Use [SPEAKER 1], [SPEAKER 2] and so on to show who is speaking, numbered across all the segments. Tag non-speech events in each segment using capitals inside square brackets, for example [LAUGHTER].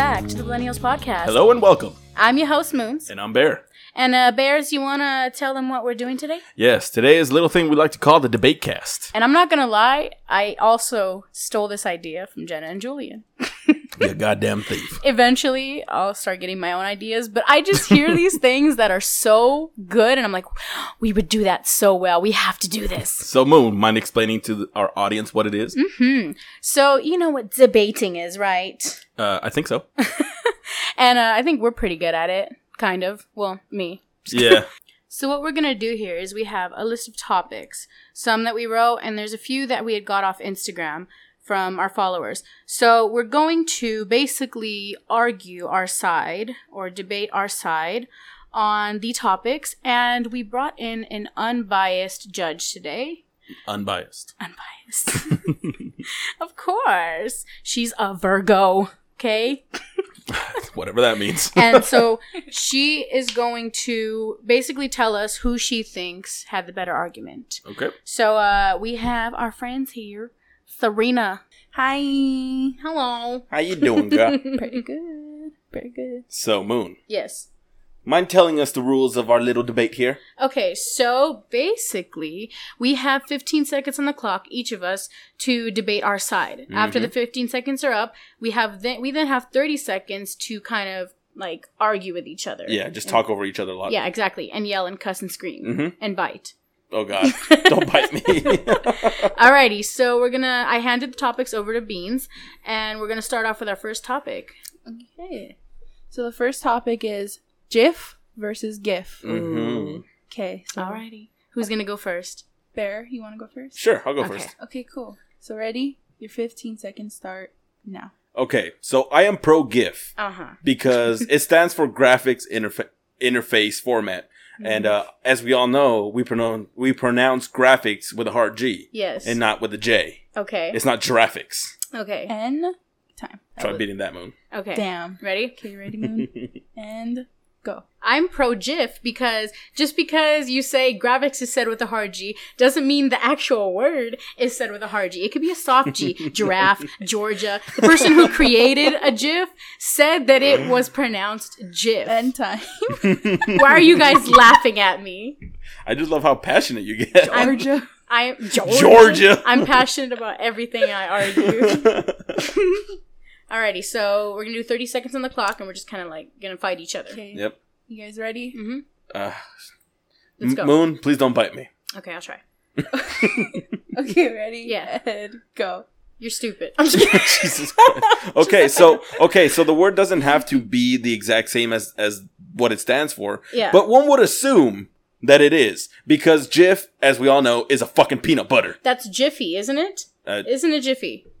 [SPEAKER 1] Millennials podcast.
[SPEAKER 2] Hello and welcome.
[SPEAKER 1] I'm your host, Moons.
[SPEAKER 2] And I'm Bear.
[SPEAKER 1] And uh, Bears, you want to tell them what we're doing today?
[SPEAKER 2] Yes, today is a little thing we like to call the debate cast.
[SPEAKER 1] And I'm not going to lie, I also stole this idea from Jenna and Julian.
[SPEAKER 2] you goddamn thief.
[SPEAKER 1] Eventually, I'll start getting my own ideas, but I just
[SPEAKER 2] [LAUGHS]
[SPEAKER 1] hear these things that are so good, and I'm like, we would do that so well. We have to do this.
[SPEAKER 2] So, Moon, mind explaining to th- our audience what it is?
[SPEAKER 1] hmm So, you know what debating is, right?
[SPEAKER 2] Uh, I think so.
[SPEAKER 1] [LAUGHS] And uh, I think we're pretty good at it, kind of. Well, me.
[SPEAKER 2] yeah.
[SPEAKER 1] So what we're gonna do here is we have a list of topics, some that we wrote, and there's a few that we had got off Instagram from our followers. So we're going to basically argue our side or debate our side on the topics, and we brought in an unbiased judge today.
[SPEAKER 2] Unbiased.
[SPEAKER 1] Unbiased. of course. She's a Virgo, okay?
[SPEAKER 2] Whatever that means.
[SPEAKER 1] [LAUGHS] and so she is going to basically tell us who she thinks had the better argument.
[SPEAKER 2] okay.
[SPEAKER 1] So uh, we have our friends here, Serena.
[SPEAKER 3] Hi.
[SPEAKER 1] Hello.
[SPEAKER 2] How you doing, girl?
[SPEAKER 1] Pretty good. Pretty good.
[SPEAKER 2] [LAUGHS] so, Moon,
[SPEAKER 1] Yes.
[SPEAKER 2] mind telling us the rules of our little debate here?
[SPEAKER 1] Okay, so basically, we have 15 seconds on the clock, each of us, to debate our side. After
[SPEAKER 2] Mm-hmm.
[SPEAKER 1] the 15 seconds are up, we have then we then have 30 seconds to kind of like argue with each other.
[SPEAKER 2] Yeah, just talk over each other a lot.
[SPEAKER 1] Yeah, exactly, and yell and cuss and scream
[SPEAKER 2] Mhm.
[SPEAKER 1] and bite. [LAUGHS]
[SPEAKER 2] Oh, God. [LAUGHS] Don't bite me. Mm-hmm.
[SPEAKER 1] Alrighty, so we're gonna. I handed the topics over to Beans, and we're gonna start off with our first topic.
[SPEAKER 3] Okay. So the first topic is GIF versus GIF.
[SPEAKER 2] Mhm.
[SPEAKER 3] Okay. So
[SPEAKER 1] Alrighty, who's gonna go first?
[SPEAKER 3] Bear, you want to go first?
[SPEAKER 2] Sure, I'll go
[SPEAKER 1] Okay.
[SPEAKER 2] first.
[SPEAKER 3] Okay, cool. So ready? Your 15 seconds start now.
[SPEAKER 2] Okay, so I am pro GIF.
[SPEAKER 1] Uh
[SPEAKER 3] Uh-huh.
[SPEAKER 1] huh.
[SPEAKER 2] because it stands for graphics interfa- interface format.
[SPEAKER 1] Mm-hmm.
[SPEAKER 2] And uh, as we all know, we pronounce we pronounce graphics with a hard G
[SPEAKER 1] Yes.
[SPEAKER 2] and not with a J.
[SPEAKER 1] okay.
[SPEAKER 2] It's not graphics.
[SPEAKER 1] okay.
[SPEAKER 3] And time.
[SPEAKER 2] Try beating that moon.
[SPEAKER 1] Okay.
[SPEAKER 3] Damn.
[SPEAKER 1] Ready?
[SPEAKER 3] Okay, ready, Moon?
[SPEAKER 2] [LAUGHS]
[SPEAKER 3] and go.
[SPEAKER 1] I'm pro GIF because just because you say graphics is said with a hard G doesn't mean the actual word is said with a hard G. It could be a soft G. Giraffe, Georgia. The person who created a GIF said that it was pronounced GIF.
[SPEAKER 3] And time. [LAUGHS]
[SPEAKER 1] Why are you guys laughing at me?
[SPEAKER 2] I just love how passionate you get.
[SPEAKER 3] Georgia.
[SPEAKER 1] I'm Georgia.
[SPEAKER 2] Georgia.
[SPEAKER 1] I'm passionate about everything I
[SPEAKER 2] [LAUGHS]
[SPEAKER 1] argue. Alrighty, so we're gonna do 30 seconds on the clock, and we're just kind of like gonna fight each other.
[SPEAKER 3] Okay.
[SPEAKER 2] yep.
[SPEAKER 3] You guys ready?
[SPEAKER 1] Mm-hmm.
[SPEAKER 2] Uh,
[SPEAKER 1] Let's go.
[SPEAKER 2] M- moon, please don't bite me. [LAUGHS]
[SPEAKER 1] Okay, I'll try.
[SPEAKER 3] Okay, ready?
[SPEAKER 1] Yeah.
[SPEAKER 3] And go.
[SPEAKER 1] You're stupid. [LAUGHS] I'm just
[SPEAKER 2] [LAUGHS]
[SPEAKER 1] kidding.
[SPEAKER 2] Jesus
[SPEAKER 1] [LAUGHS]
[SPEAKER 2] Christ. Okay, so okay, so the word doesn't have to be the exact same as as what it stands for.
[SPEAKER 1] Yeah.
[SPEAKER 2] But one would assume that it is because GIF, as we all know, is a fucking peanut butter.
[SPEAKER 1] That's Jiffy, isn't it?
[SPEAKER 2] Uh,
[SPEAKER 1] Isn't it Jiffy?
[SPEAKER 2] Is it-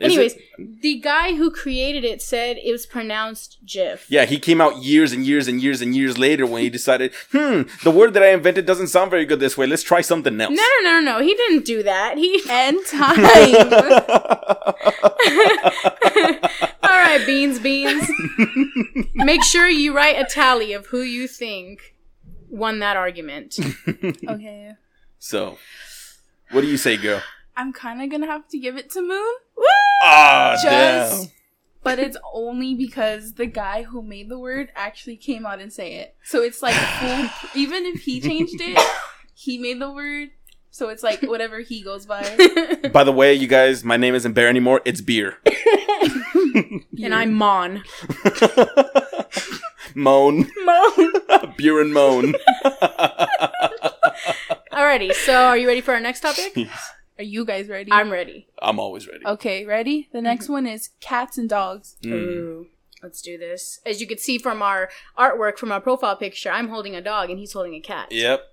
[SPEAKER 1] Anyways, the guy who created it said it was pronounced Jif.
[SPEAKER 2] Yeah, he came out years and years and years and years later when he decided, hmm, the word that I invented doesn't sound very good this way. Let's try something else.
[SPEAKER 1] No, no, no, no, no. He didn't do that.
[SPEAKER 2] [LAUGHS]
[SPEAKER 1] He.
[SPEAKER 3] And time.
[SPEAKER 1] All right, beans,
[SPEAKER 2] [LAUGHS]
[SPEAKER 1] beans. Make sure you write a tally of who you think won that
[SPEAKER 2] [LAUGHS]
[SPEAKER 1] argument.
[SPEAKER 3] okay.
[SPEAKER 2] So, what do you say, girl?
[SPEAKER 3] I'm kind of going to have to give it to Moon.
[SPEAKER 2] Ah,
[SPEAKER 3] just but it's only because the guy who made the word actually came out and say it so it's
[SPEAKER 2] [LAUGHS]
[SPEAKER 3] like full, even if he changed it he made the word so it's like whatever he goes by
[SPEAKER 2] damn. By the way, you guys, my name isn't Bear anymore. It's [LAUGHS] Beer.
[SPEAKER 1] And I'm Mon.
[SPEAKER 2] moan.
[SPEAKER 1] Mon.
[SPEAKER 2] [LAUGHS] Beer and moan.
[SPEAKER 1] Alrighty, so are you ready for our next topic?
[SPEAKER 3] are you guys ready
[SPEAKER 1] I'm Mhm. ready.
[SPEAKER 2] I'm always ready.
[SPEAKER 3] okay ready the next one is cats and dogs
[SPEAKER 2] Mm.
[SPEAKER 1] Ooh, let's do this. As you can see from our artwork, from our profile picture, I'm holding a dog and he's holding a cat.
[SPEAKER 2] Yep.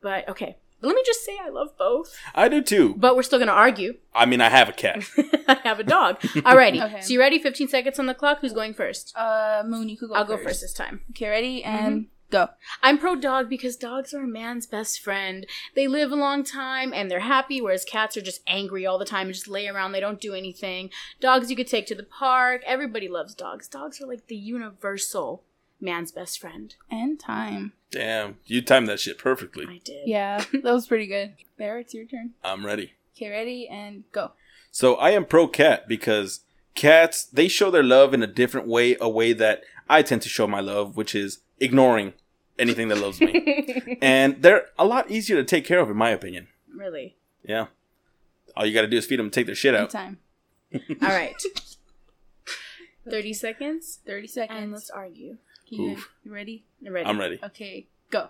[SPEAKER 1] But okay, but let me just say I love both.
[SPEAKER 2] I do too.
[SPEAKER 1] But we're still gonna argue. [LAUGHS]
[SPEAKER 2] I mean, I have a cat.
[SPEAKER 1] I have a dog. Alrighty.
[SPEAKER 3] Okay.
[SPEAKER 1] So you ready? 15 seconds on the clock. Who's going first?
[SPEAKER 3] uh moon you could go
[SPEAKER 1] I'll
[SPEAKER 3] first.
[SPEAKER 1] go first Mhm. this time.
[SPEAKER 3] okay ready and go
[SPEAKER 1] I'm pro dog because dogs are a man's best friend. They live a long time and they're happy, whereas cats are just angry all the time and just lay around. They don't do anything. Dogs you could take to the park. Everybody loves dogs. Dogs are like the universal man's best friend.
[SPEAKER 3] and time
[SPEAKER 2] Damn. You timed that shit perfectly.
[SPEAKER 1] I did. [LAUGHS]
[SPEAKER 3] yeah that was pretty good there it's your turn
[SPEAKER 2] I'm ready.
[SPEAKER 3] okay ready and go
[SPEAKER 2] So I am pro cat because cats they show their love in a different way a way that i tend to show my love which is ignoring anything that loves me
[SPEAKER 3] [LAUGHS]
[SPEAKER 2] and they're a lot easier to take care of in my opinion
[SPEAKER 3] really.
[SPEAKER 2] yeah all you gotta do is feed them and take their shit
[SPEAKER 3] Good
[SPEAKER 2] out
[SPEAKER 3] time.
[SPEAKER 1] All right. 30 seconds.
[SPEAKER 3] [LAUGHS] Thirty
[SPEAKER 1] And
[SPEAKER 3] seconds.
[SPEAKER 1] let's argue.
[SPEAKER 3] You,
[SPEAKER 2] Oof.
[SPEAKER 3] you ready?
[SPEAKER 1] I'm ready.
[SPEAKER 2] i'm ready
[SPEAKER 3] Okay, go.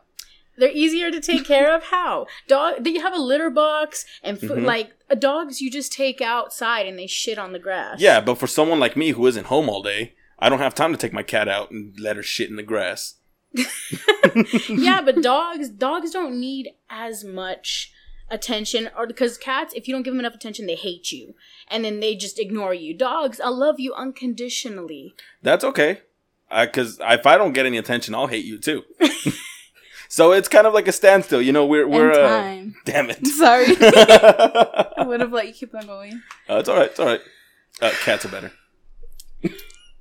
[SPEAKER 1] They're easier to take care of. How? Dog, you have a litter box and food.
[SPEAKER 2] Mhm.
[SPEAKER 1] Like, uh, dogs you just take outside and they shit on the grass.
[SPEAKER 2] yeah but for someone like me who isn't home all day i don't have time to take my cat out and let her shit in the grass
[SPEAKER 1] yeah, but dogs dogs don't need as much attention or because cats if you don't give them enough attention they hate you and then they just ignore you. Dogs, I love you unconditionally.
[SPEAKER 2] that's okay because if i don't get any attention i'll hate you
[SPEAKER 3] [LAUGHS]
[SPEAKER 2] too [LAUGHS] so it's kind of like a standstill you know we're we're
[SPEAKER 3] and
[SPEAKER 2] uh,
[SPEAKER 3] time.
[SPEAKER 2] damn [LAUGHS]
[SPEAKER 3] Sorry,
[SPEAKER 2] it
[SPEAKER 3] I would have let you keep on going.
[SPEAKER 2] Uh, it's all right. It's all right. Uh, cats are better.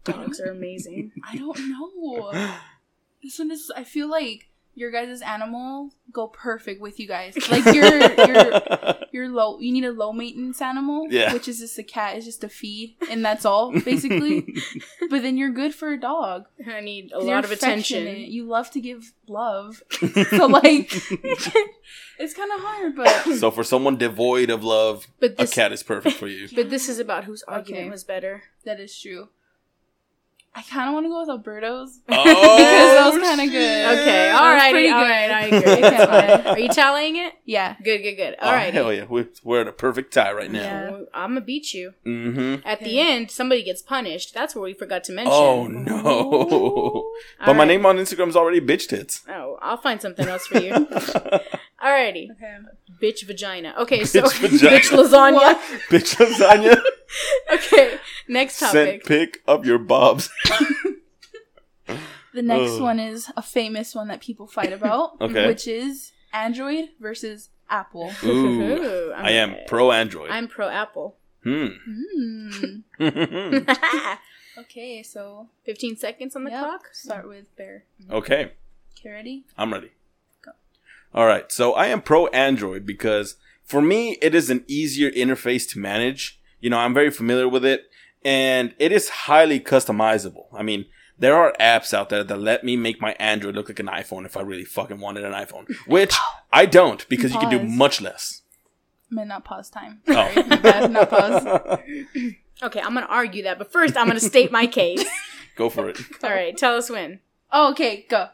[SPEAKER 1] Dogs are amazing. [LAUGHS]
[SPEAKER 3] I don't know. This one is. I feel like your guys' animal go perfect with you guys. Like your your your low. You need a low maintenance animal.
[SPEAKER 2] Yeah.
[SPEAKER 3] Which is just a cat. It's just a feed, and that's all
[SPEAKER 2] [LAUGHS]
[SPEAKER 3] basically. but then you're good for a dog.
[SPEAKER 1] I need a
[SPEAKER 3] 'Cause
[SPEAKER 1] lot
[SPEAKER 3] you're
[SPEAKER 1] of attention.
[SPEAKER 3] affectionate. You love to give
[SPEAKER 2] [LAUGHS]
[SPEAKER 3] love. So like, [LAUGHS] it's kind of hard, but
[SPEAKER 2] [LAUGHS]
[SPEAKER 3] [COUGHS]
[SPEAKER 2] so for someone devoid of love,
[SPEAKER 1] But
[SPEAKER 2] a
[SPEAKER 1] this
[SPEAKER 2] cat is perfect
[SPEAKER 1] [LAUGHS]
[SPEAKER 2] for you.
[SPEAKER 1] but this is about whose argument
[SPEAKER 3] Okay.
[SPEAKER 1] was better.
[SPEAKER 3] that is true. I kind of want to go with Alberto's.
[SPEAKER 2] Oh,
[SPEAKER 3] that was kinda good.
[SPEAKER 2] shit.
[SPEAKER 1] Okay,
[SPEAKER 3] Yeah,
[SPEAKER 1] all
[SPEAKER 3] that's
[SPEAKER 1] right,
[SPEAKER 3] pretty
[SPEAKER 1] all
[SPEAKER 3] good.
[SPEAKER 1] right,
[SPEAKER 3] [LAUGHS]
[SPEAKER 1] I agree.
[SPEAKER 2] Okay,
[SPEAKER 1] It's fine.
[SPEAKER 3] fine.
[SPEAKER 1] Are you tallying it?
[SPEAKER 3] Yeah.
[SPEAKER 1] Good, good, good.
[SPEAKER 2] Oh,
[SPEAKER 1] All right.
[SPEAKER 2] hell yeah, we're, we're at a perfect tie right now.
[SPEAKER 3] Yeah.
[SPEAKER 1] I'm gonna beat you.
[SPEAKER 2] Mm-hmm.
[SPEAKER 1] At the
[SPEAKER 3] Okay.
[SPEAKER 1] end, somebody gets punished. That's what we forgot to mention.
[SPEAKER 2] Oh no! but my name on Instagram is already
[SPEAKER 1] [LAUGHS]
[SPEAKER 2] bitch tits.
[SPEAKER 1] Oh, I'll find something else for
[SPEAKER 2] [LAUGHS]
[SPEAKER 1] you. Alrighty.
[SPEAKER 3] Okay.
[SPEAKER 1] Bitch vagina. Okay, so [LAUGHS]
[SPEAKER 2] Bitch vagina.
[SPEAKER 1] bitch lasagna.
[SPEAKER 3] What?
[SPEAKER 2] bitch lasagna
[SPEAKER 1] Okay, next
[SPEAKER 2] sent
[SPEAKER 1] topic.
[SPEAKER 2] pick up your bobs.
[SPEAKER 3] The next
[SPEAKER 2] Ugh.
[SPEAKER 3] one is a famous one that
[SPEAKER 2] [LAUGHS]
[SPEAKER 3] people fight about,
[SPEAKER 2] Okay.
[SPEAKER 3] which is Android versus
[SPEAKER 2] [LAUGHS]
[SPEAKER 3] Apple.
[SPEAKER 1] [LAUGHS]
[SPEAKER 2] Ooh,
[SPEAKER 1] Ooh, I'm
[SPEAKER 2] I am pro Android.
[SPEAKER 1] I'm pro
[SPEAKER 3] [LAUGHS]
[SPEAKER 1] Apple.
[SPEAKER 3] Hmm.
[SPEAKER 2] Hmm. [LAUGHS]
[SPEAKER 3] okay, so
[SPEAKER 1] 15 seconds on the
[SPEAKER 3] yep,
[SPEAKER 1] clock.
[SPEAKER 3] Start with Bear.
[SPEAKER 2] okay.
[SPEAKER 3] Okay, ready?
[SPEAKER 2] I'm ready.
[SPEAKER 3] Go.
[SPEAKER 2] All right. So I am pro Android because for me, it is an easier interface to manage. You know, I'm very familiar with it and it is highly customizable. I mean, there are apps out there that let me make my Android look like an iPhone if I really fucking wanted an iPhone, which I don't because you can do
[SPEAKER 3] Pause.
[SPEAKER 2] much less.
[SPEAKER 3] Meant not pause time. [LAUGHS]
[SPEAKER 2] Oh.
[SPEAKER 3] Sorry, my bad, not pause.
[SPEAKER 1] Okay, I'm gonna argue that, but first I'm gonna state my
[SPEAKER 3] [LAUGHS]
[SPEAKER 1] case.
[SPEAKER 2] [LAUGHS] Go for it.
[SPEAKER 1] All right, tell us when.
[SPEAKER 3] Oh, okay, go.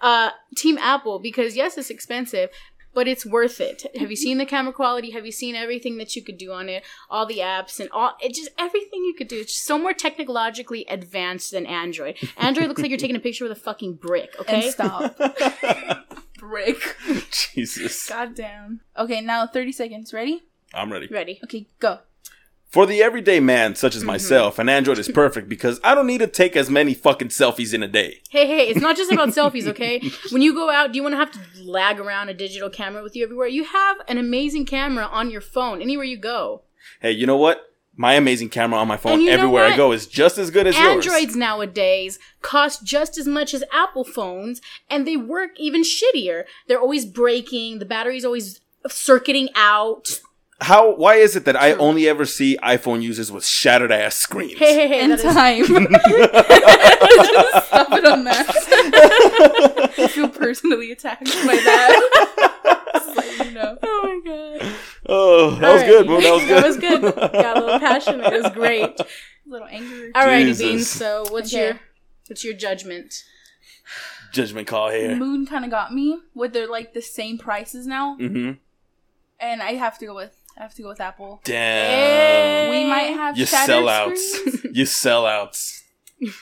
[SPEAKER 1] uh, Team Apple because yes, it's expensive, but it's worth it. Have you seen the camera quality? Have you seen everything that you could do on it? All the apps and all it just everything you could do. It's so more technologically advanced than Android. Android looks like you're taking a picture with a fucking brick. Okay, [LAUGHS]
[SPEAKER 3] And stop. Brick.
[SPEAKER 2] [LAUGHS] Jesus.
[SPEAKER 3] God damn. Okay, now 30 seconds. Ready?
[SPEAKER 2] I'm ready.
[SPEAKER 1] ready?
[SPEAKER 3] Okay, go.
[SPEAKER 2] For the everyday man such
[SPEAKER 1] Mm-hmm.
[SPEAKER 2] as myself, an Android is perfect because I don't need to take as many fucking selfies in a day.
[SPEAKER 1] Hey, hey, it's not just about selfies, okay? When you go out, do you want to have to lag around a digital camera with you everywhere? You have an amazing camera on your phone anywhere you go.
[SPEAKER 2] Hey, you know what? My amazing camera on my
[SPEAKER 1] And
[SPEAKER 2] phone
[SPEAKER 1] you know
[SPEAKER 2] everywhere I
[SPEAKER 1] what?
[SPEAKER 2] go is just as good as yours.
[SPEAKER 1] Androids nowadays cost just as much as Apple phones, and they work even shittier. They're always breaking. The battery's always circuiting out.
[SPEAKER 2] How? Why is it that I only ever see iPhone users with shattered ass screens?
[SPEAKER 1] Hey, hey, hey!
[SPEAKER 3] and
[SPEAKER 1] That is, [LAUGHS]
[SPEAKER 3] time. [LAUGHS] Just stop it on that. [LAUGHS] I feel personally attacked by
[SPEAKER 1] [LAUGHS]
[SPEAKER 3] that. Just let you know.
[SPEAKER 1] oh my god!
[SPEAKER 2] [LAUGHS] oh, [LAUGHS] that was
[SPEAKER 1] Alrighty.
[SPEAKER 2] good. Moon, that was
[SPEAKER 1] [LAUGHS] that
[SPEAKER 2] good.
[SPEAKER 1] was good. Got a
[SPEAKER 2] [LAUGHS]
[SPEAKER 1] little passionate. It was great.
[SPEAKER 3] A little angry.
[SPEAKER 1] Alrighty,
[SPEAKER 2] Jesus.
[SPEAKER 1] Beans. So, what's
[SPEAKER 3] Okay.
[SPEAKER 1] your what's your judgment?
[SPEAKER 2] [LAUGHS] Judgment call here.
[SPEAKER 3] Moon kind of got me with they're like the same prices now,
[SPEAKER 2] Mm-hmm.
[SPEAKER 3] and I have to go with I have to go with Apple.
[SPEAKER 2] Damn.
[SPEAKER 3] We might have
[SPEAKER 2] You
[SPEAKER 3] shattered
[SPEAKER 2] sellouts. [LAUGHS]
[SPEAKER 3] screens,
[SPEAKER 2] You sellouts.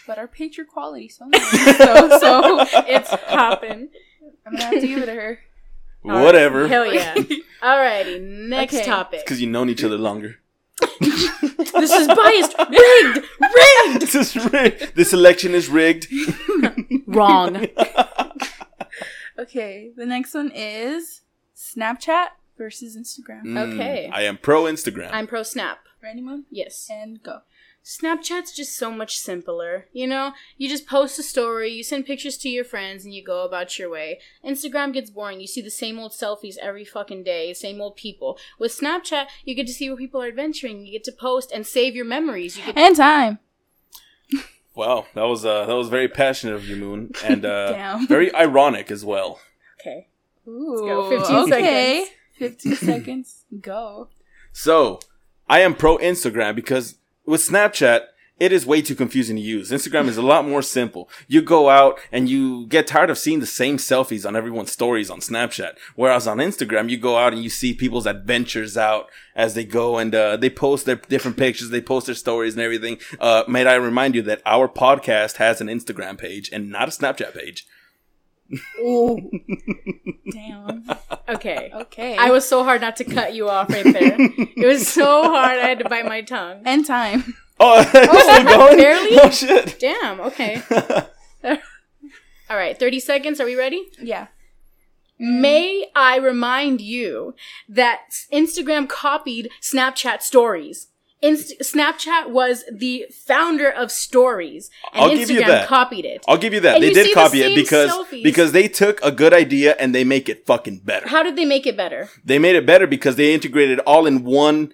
[SPEAKER 3] but our picture quality so nice. so
[SPEAKER 1] [LAUGHS]
[SPEAKER 3] so
[SPEAKER 1] It's popping.
[SPEAKER 3] I'm gonna have to give it
[SPEAKER 2] [LAUGHS]
[SPEAKER 3] to her.
[SPEAKER 2] Whatever.
[SPEAKER 1] Hell yeah! [LAUGHS] Alrighty, next
[SPEAKER 3] Okay.
[SPEAKER 1] topic.
[SPEAKER 2] Because you known each other longer.
[SPEAKER 1] This is biased, [LAUGHS] rigged, rigged.
[SPEAKER 2] [LAUGHS] this is rigged. This election is rigged.
[SPEAKER 1] [LAUGHS] Wrong.
[SPEAKER 3] Okay, the next one is Snapchat versus Instagram.
[SPEAKER 2] Mm,
[SPEAKER 1] Okay.
[SPEAKER 2] I am pro Instagram.
[SPEAKER 1] I'm pro Snap.
[SPEAKER 3] Ready, Moon?
[SPEAKER 1] Yes.
[SPEAKER 3] And go.
[SPEAKER 1] Snapchat's just so much simpler. You know, you just post a story, you send pictures to your friends, and you go about your way. Instagram gets boring. You see the same old selfies every fucking day, same old people. With Snapchat, you get to see where people are adventuring. You get to post and save your memories. You get
[SPEAKER 3] And time.
[SPEAKER 2] Wow, that was uh, that was very passionate of you, Moon, and uh,
[SPEAKER 3] Damn.
[SPEAKER 2] very ironic as well.
[SPEAKER 1] okay.
[SPEAKER 3] Ooh,
[SPEAKER 1] go, 15
[SPEAKER 3] okay. 15 seconds. Go.
[SPEAKER 2] So I am pro Instagram because with Snapchat, it is way too confusing to use. Instagram is a lot more simple. You go out and you get tired of seeing the same selfies on everyone's stories on Snapchat. Whereas on Instagram, you go out and you see people's adventures out as they go and uh, they post their different pictures, they post their stories and everything. Uh, might I remind you that our podcast has an Instagram page and not a Snapchat page.
[SPEAKER 1] Ooh.
[SPEAKER 2] [LAUGHS]
[SPEAKER 3] Damn.
[SPEAKER 1] Okay.
[SPEAKER 3] Okay.
[SPEAKER 1] I was so hard not to cut you off right there. it was so hard. I had to bite my tongue.
[SPEAKER 3] and time. [LAUGHS]
[SPEAKER 2] Oh, [LAUGHS] still going?
[SPEAKER 1] barely?
[SPEAKER 2] Oh shit.
[SPEAKER 1] Damn. Okay. All right. 30 seconds. Are we ready? [LAUGHS]
[SPEAKER 3] Yeah.
[SPEAKER 1] May I remind you that Instagram copied Snapchat stories. Inst- Snapchat was the founder of stories, and
[SPEAKER 2] I'll
[SPEAKER 1] Instagram
[SPEAKER 2] give you that.
[SPEAKER 1] copied it.
[SPEAKER 2] I'll give you that.
[SPEAKER 1] And
[SPEAKER 2] they
[SPEAKER 1] you see
[SPEAKER 2] did
[SPEAKER 1] the
[SPEAKER 2] copy
[SPEAKER 1] same
[SPEAKER 2] it because
[SPEAKER 1] selfies.
[SPEAKER 2] because they took a good idea and they make it fucking better.
[SPEAKER 1] How did they make it better?
[SPEAKER 2] They made it better because they integrated all in one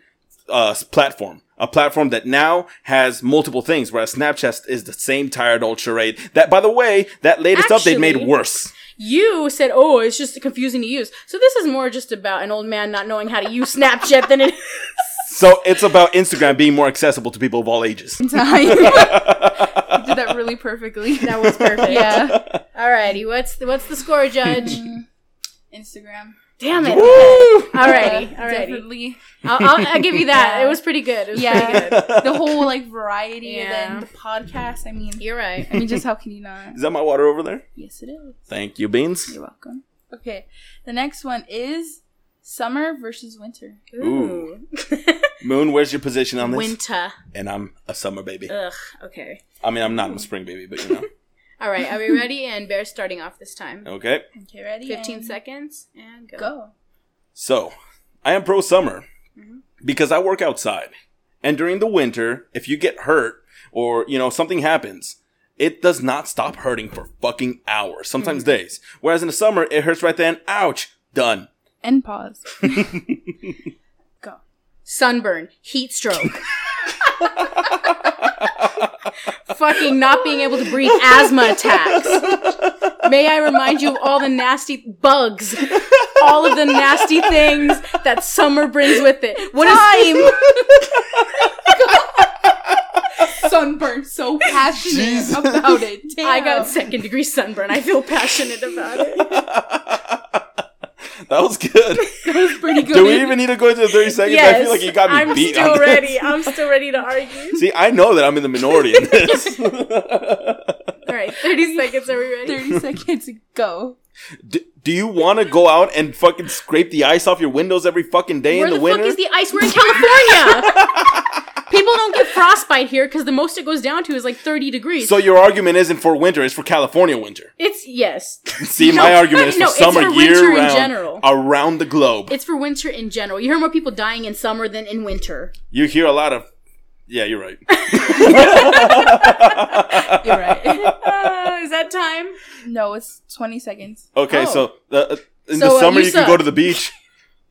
[SPEAKER 2] uh, s- platform. A platform that now has multiple things, whereas Snapchat is the same tired old charade. That, by the way, that latest update made
[SPEAKER 1] Actually-
[SPEAKER 2] worse.
[SPEAKER 1] You said, "Oh, it's just confusing to use." So this is more just about an old man not knowing how to use Snapchat than it.
[SPEAKER 2] So it's about Instagram being more accessible to people of
[SPEAKER 1] [LAUGHS]
[SPEAKER 2] all ages. [LAUGHS]
[SPEAKER 3] And time. you did that really perfectly.
[SPEAKER 1] that was perfect.
[SPEAKER 3] [LAUGHS] Yeah.
[SPEAKER 2] [LAUGHS]
[SPEAKER 1] Alrighty. What's the, what's the score, Judge?
[SPEAKER 3] Instagram.
[SPEAKER 1] Damn it.
[SPEAKER 2] Woo!
[SPEAKER 1] Alrighty.
[SPEAKER 3] Yeah,
[SPEAKER 1] Alrighty.
[SPEAKER 3] Definitely.
[SPEAKER 1] I'll, I'll, I'll give you that.
[SPEAKER 3] Yeah.
[SPEAKER 1] It was pretty good. It was pretty
[SPEAKER 3] Yeah.
[SPEAKER 1] good.
[SPEAKER 2] [LAUGHS]
[SPEAKER 3] the whole like variety
[SPEAKER 1] Yeah.
[SPEAKER 3] and then the podcast. I mean,
[SPEAKER 1] You're right.
[SPEAKER 3] I mean, just how can
[SPEAKER 1] [LAUGHS]
[SPEAKER 3] you not?
[SPEAKER 2] Is that my water over there?
[SPEAKER 3] Yes, it is.
[SPEAKER 2] Thank you, Beans.
[SPEAKER 3] You're welcome. Okay. The next one is summer versus winter.
[SPEAKER 2] Ooh. Moon, where's your position on this?
[SPEAKER 1] Winter.
[SPEAKER 2] And I'm a summer baby.
[SPEAKER 1] Ugh. Okay.
[SPEAKER 2] I mean, I'm not I'm a spring baby, but you know.
[SPEAKER 1] [LAUGHS] All right. Are we ready? And Bear's starting off this time.
[SPEAKER 2] Okay.
[SPEAKER 3] Okay, ready?
[SPEAKER 1] 15
[SPEAKER 3] And
[SPEAKER 1] seconds and go.
[SPEAKER 3] Go.
[SPEAKER 2] So, I am pro summer
[SPEAKER 1] Mm-hmm.
[SPEAKER 2] because I work outside. And during the winter, if you get hurt or, you know, something happens, it does not stop hurting for fucking hours, sometimes
[SPEAKER 1] Mm-hmm.
[SPEAKER 2] days. Whereas in the summer, it hurts right then. Ouch. Done. [LAUGHS]
[SPEAKER 1] [LAUGHS]
[SPEAKER 3] And pause. go.
[SPEAKER 1] Sunburn. Heat stroke. Fucking not being able to breathe. Asthma attacks. May I remind you of all the nasty bugs. All of the nasty things that summer brings with it. What is time? [LAUGHS]
[SPEAKER 3] Sunburn so passionate
[SPEAKER 2] Jesus.
[SPEAKER 3] about it. Damn.
[SPEAKER 1] I got second degree sunburn. I feel passionate about it.
[SPEAKER 2] That
[SPEAKER 1] [LAUGHS]
[SPEAKER 2] was good.
[SPEAKER 3] pretty good.
[SPEAKER 2] Do we even need to go into the 30 seconds? I feel like you got me
[SPEAKER 1] I'm
[SPEAKER 2] beat.
[SPEAKER 1] still
[SPEAKER 2] on this.
[SPEAKER 1] ready. I'm still ready to argue.
[SPEAKER 2] [LAUGHS] See, I know that I'm in the minority in this.
[SPEAKER 1] [LAUGHS]
[SPEAKER 2] [LAUGHS]
[SPEAKER 1] All right, 30 seconds. Are we ready?
[SPEAKER 3] 30 [LAUGHS] seconds go.
[SPEAKER 2] do, do you want to go out and fucking scrape the ice off your windows every fucking day
[SPEAKER 1] Where
[SPEAKER 2] in
[SPEAKER 1] the,
[SPEAKER 2] the, winter?
[SPEAKER 1] fuck is the ice? We're in California.
[SPEAKER 2] [LAUGHS]
[SPEAKER 1] People don't get frostbite here because the most it goes down to is like 30 degrees.
[SPEAKER 2] So your argument isn't for winter; it's for California winter.
[SPEAKER 1] it's
[SPEAKER 2] [LAUGHS]
[SPEAKER 1] yes.
[SPEAKER 2] See,
[SPEAKER 1] No,
[SPEAKER 2] my argument
[SPEAKER 1] [LAUGHS]
[SPEAKER 2] is for
[SPEAKER 1] no, it's
[SPEAKER 2] summer
[SPEAKER 1] for winter
[SPEAKER 2] year
[SPEAKER 1] in
[SPEAKER 2] round,
[SPEAKER 1] general.
[SPEAKER 2] around the globe.
[SPEAKER 1] It's for winter in general. You hear more people dying in summer than in winter.
[SPEAKER 2] you hear a lot of, yeah, you're right.
[SPEAKER 3] You're
[SPEAKER 2] [LAUGHS]
[SPEAKER 3] right.
[SPEAKER 1] Uh, is that time?
[SPEAKER 3] no, it's 20 seconds.
[SPEAKER 2] Okay,
[SPEAKER 1] Oh.
[SPEAKER 2] so uh, in
[SPEAKER 1] So,
[SPEAKER 2] the
[SPEAKER 1] uh,
[SPEAKER 2] summer
[SPEAKER 1] you
[SPEAKER 2] you, can
[SPEAKER 1] suck.
[SPEAKER 2] go to the beach.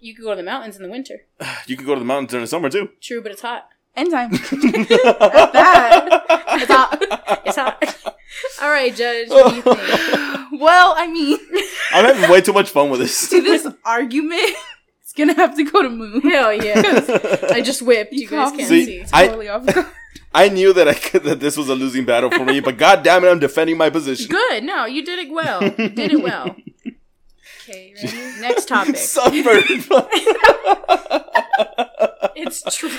[SPEAKER 1] You could go to the mountains in the winter.
[SPEAKER 2] You can go to the mountains during the
[SPEAKER 1] [LAUGHS]
[SPEAKER 2] summer too. [LAUGHS]
[SPEAKER 1] True, but it's hot. [LAUGHS]
[SPEAKER 3] End time. At that.
[SPEAKER 1] It's
[SPEAKER 2] [LAUGHS]
[SPEAKER 1] hot. It's hot. All right, Judge. What do you think?
[SPEAKER 3] Well, I mean, [LAUGHS]
[SPEAKER 2] I'm having way too much fun
[SPEAKER 1] [LAUGHS]
[SPEAKER 2] with this.
[SPEAKER 3] to this argument, it's gonna have to go to moon.
[SPEAKER 1] Hell Oh, yeah. I just whipped. You guys can't
[SPEAKER 2] See,
[SPEAKER 1] see.
[SPEAKER 2] I-
[SPEAKER 3] Totally off guard.
[SPEAKER 2] [LAUGHS] I knew that I could, that this was a losing battle for me, but god damn it, I'm defending my position.
[SPEAKER 1] Good. No, you did it well. You did it well.
[SPEAKER 3] Okay, [LAUGHS] ready?
[SPEAKER 1] Next topic. [LAUGHS]
[SPEAKER 2] [LAUGHS] Summer.
[SPEAKER 1] it's true.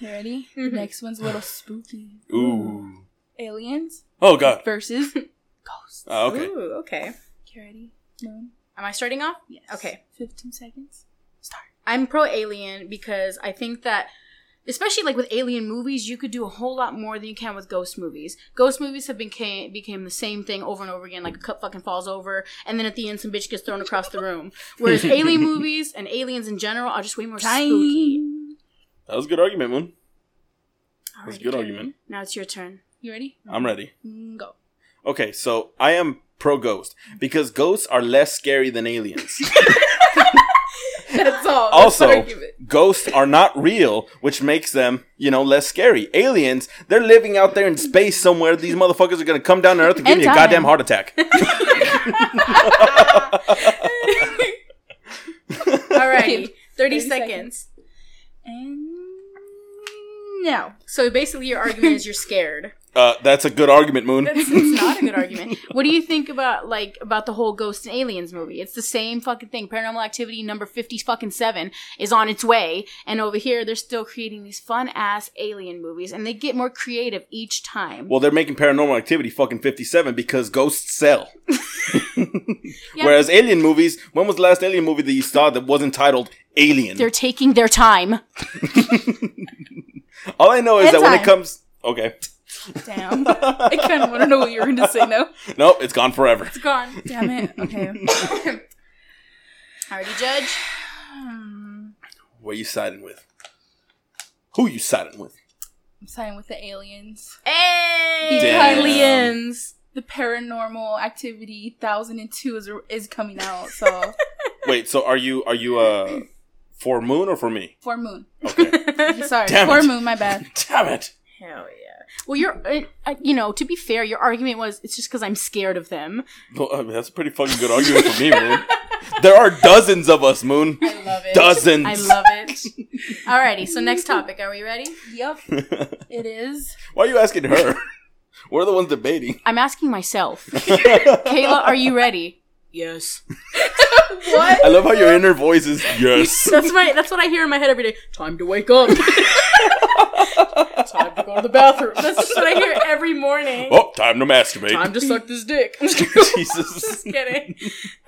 [SPEAKER 3] You ready?
[SPEAKER 1] Mhm.
[SPEAKER 3] Next one's a little spooky.
[SPEAKER 2] Ooh.
[SPEAKER 3] Aliens
[SPEAKER 2] Oh god.
[SPEAKER 3] versus ghosts.
[SPEAKER 2] Oh, okay.
[SPEAKER 1] Ooh, okay.
[SPEAKER 3] You ready? Moon?
[SPEAKER 1] Am I starting off?
[SPEAKER 3] Yes.
[SPEAKER 1] Okay.
[SPEAKER 3] 15 seconds. Start.
[SPEAKER 1] I'm pro alien because I think that especially like with alien movies you could do a whole lot more than you can with ghost movies ghost movies have became became the same thing over and over again like a cup fucking falls over and then at the end some bitch gets thrown across the room whereas alien movies and aliens in general are just way more spooky
[SPEAKER 3] Time.
[SPEAKER 2] That was a good argument, man.
[SPEAKER 1] Alrighty.
[SPEAKER 2] That was a good argument.
[SPEAKER 1] Now it's your turn.
[SPEAKER 3] You ready?
[SPEAKER 2] I'm ready.
[SPEAKER 3] Mm, Go.
[SPEAKER 2] Okay, so I am pro ghost because ghosts are less scary
[SPEAKER 1] [LAUGHS]
[SPEAKER 2] than aliens.
[SPEAKER 3] That's all.
[SPEAKER 2] Also-
[SPEAKER 3] That's the argument.
[SPEAKER 2] Ghosts are not real, which makes them, you know, less scary. Aliens, they're living out there in space somewhere. These motherfuckers are gonna come down to Earth and give
[SPEAKER 1] And
[SPEAKER 2] you a
[SPEAKER 1] die.
[SPEAKER 2] goddamn
[SPEAKER 1] [LAUGHS]
[SPEAKER 2] heart attack.
[SPEAKER 1] Alrighty. 30
[SPEAKER 3] 30
[SPEAKER 1] seconds.
[SPEAKER 3] and now,
[SPEAKER 1] So basically, your argument is you're scared.
[SPEAKER 2] Uh, that's a good argument, Moon.
[SPEAKER 1] That's it's not a good argument. What do you think about like about the whole Ghosts and Aliens movie? It's the same fucking thing. Paranormal Activity number fifty fucking seven is on its way, and over here they're still creating these fun ass alien movies, and they get more creative each time.
[SPEAKER 2] Well, they're making Paranormal Activity fucking 57 because ghosts sell.
[SPEAKER 1] [LAUGHS]
[SPEAKER 2] [LAUGHS]
[SPEAKER 1] Yeah.
[SPEAKER 2] Whereas alien movies, when was the last alien movie that you saw that wasn't titled Alien?
[SPEAKER 1] they're taking their time.
[SPEAKER 2] All I know is
[SPEAKER 1] And
[SPEAKER 2] that when it
[SPEAKER 1] time.
[SPEAKER 2] comes. Okay.
[SPEAKER 3] damn. I kind of want to know what you were going to say now.
[SPEAKER 2] Nope, it's gone forever.
[SPEAKER 1] It's gone.
[SPEAKER 3] Damn it. Okay.
[SPEAKER 1] Already, Judge.
[SPEAKER 3] Hmm.
[SPEAKER 2] What you siding with? Who you siding with?
[SPEAKER 3] I'm siding with the aliens.
[SPEAKER 1] Hey,
[SPEAKER 2] Damn.
[SPEAKER 1] aliens.
[SPEAKER 3] The Paranormal Activity 1002 is is coming out. So
[SPEAKER 2] Wait, so are you are you uh for Moon or for me?
[SPEAKER 3] for Moon.
[SPEAKER 1] [LAUGHS]
[SPEAKER 2] Okay.
[SPEAKER 3] Sorry,
[SPEAKER 2] Damn
[SPEAKER 3] for
[SPEAKER 2] it.
[SPEAKER 3] Moon.
[SPEAKER 2] [LAUGHS]
[SPEAKER 3] My bad.
[SPEAKER 2] Damn it.
[SPEAKER 1] Hell yeah. Well, you're, uh, uh, you know, to be fair, your argument was it's just because I'm scared of them.
[SPEAKER 2] Well, I mean, that's a pretty fucking good argument for me, Moon. There are dozens of us, Moon.
[SPEAKER 1] I love it.
[SPEAKER 2] Dozens.
[SPEAKER 1] I love [LAUGHS] it. Alrighty, so next topic. Are we ready?
[SPEAKER 3] Yep, it is.
[SPEAKER 2] Why are you
[SPEAKER 1] [LAUGHS]
[SPEAKER 2] asking her? We're the ones debating.
[SPEAKER 1] I'm asking myself. Kayla, are you ready? Yes.
[SPEAKER 3] What?
[SPEAKER 2] I love how your inner voice is yes.
[SPEAKER 1] [LAUGHS] That's my. That's what I hear in my head every day. [LAUGHS] Time to wake up. Time to go to the bathroom. [LAUGHS] That's just what I hear every morning.
[SPEAKER 2] Oh, time to
[SPEAKER 1] [LAUGHS]
[SPEAKER 2] masturbate.
[SPEAKER 1] Time to suck this dick. I'm [LAUGHS] just
[SPEAKER 2] [LAUGHS] Jesus.
[SPEAKER 1] kidding.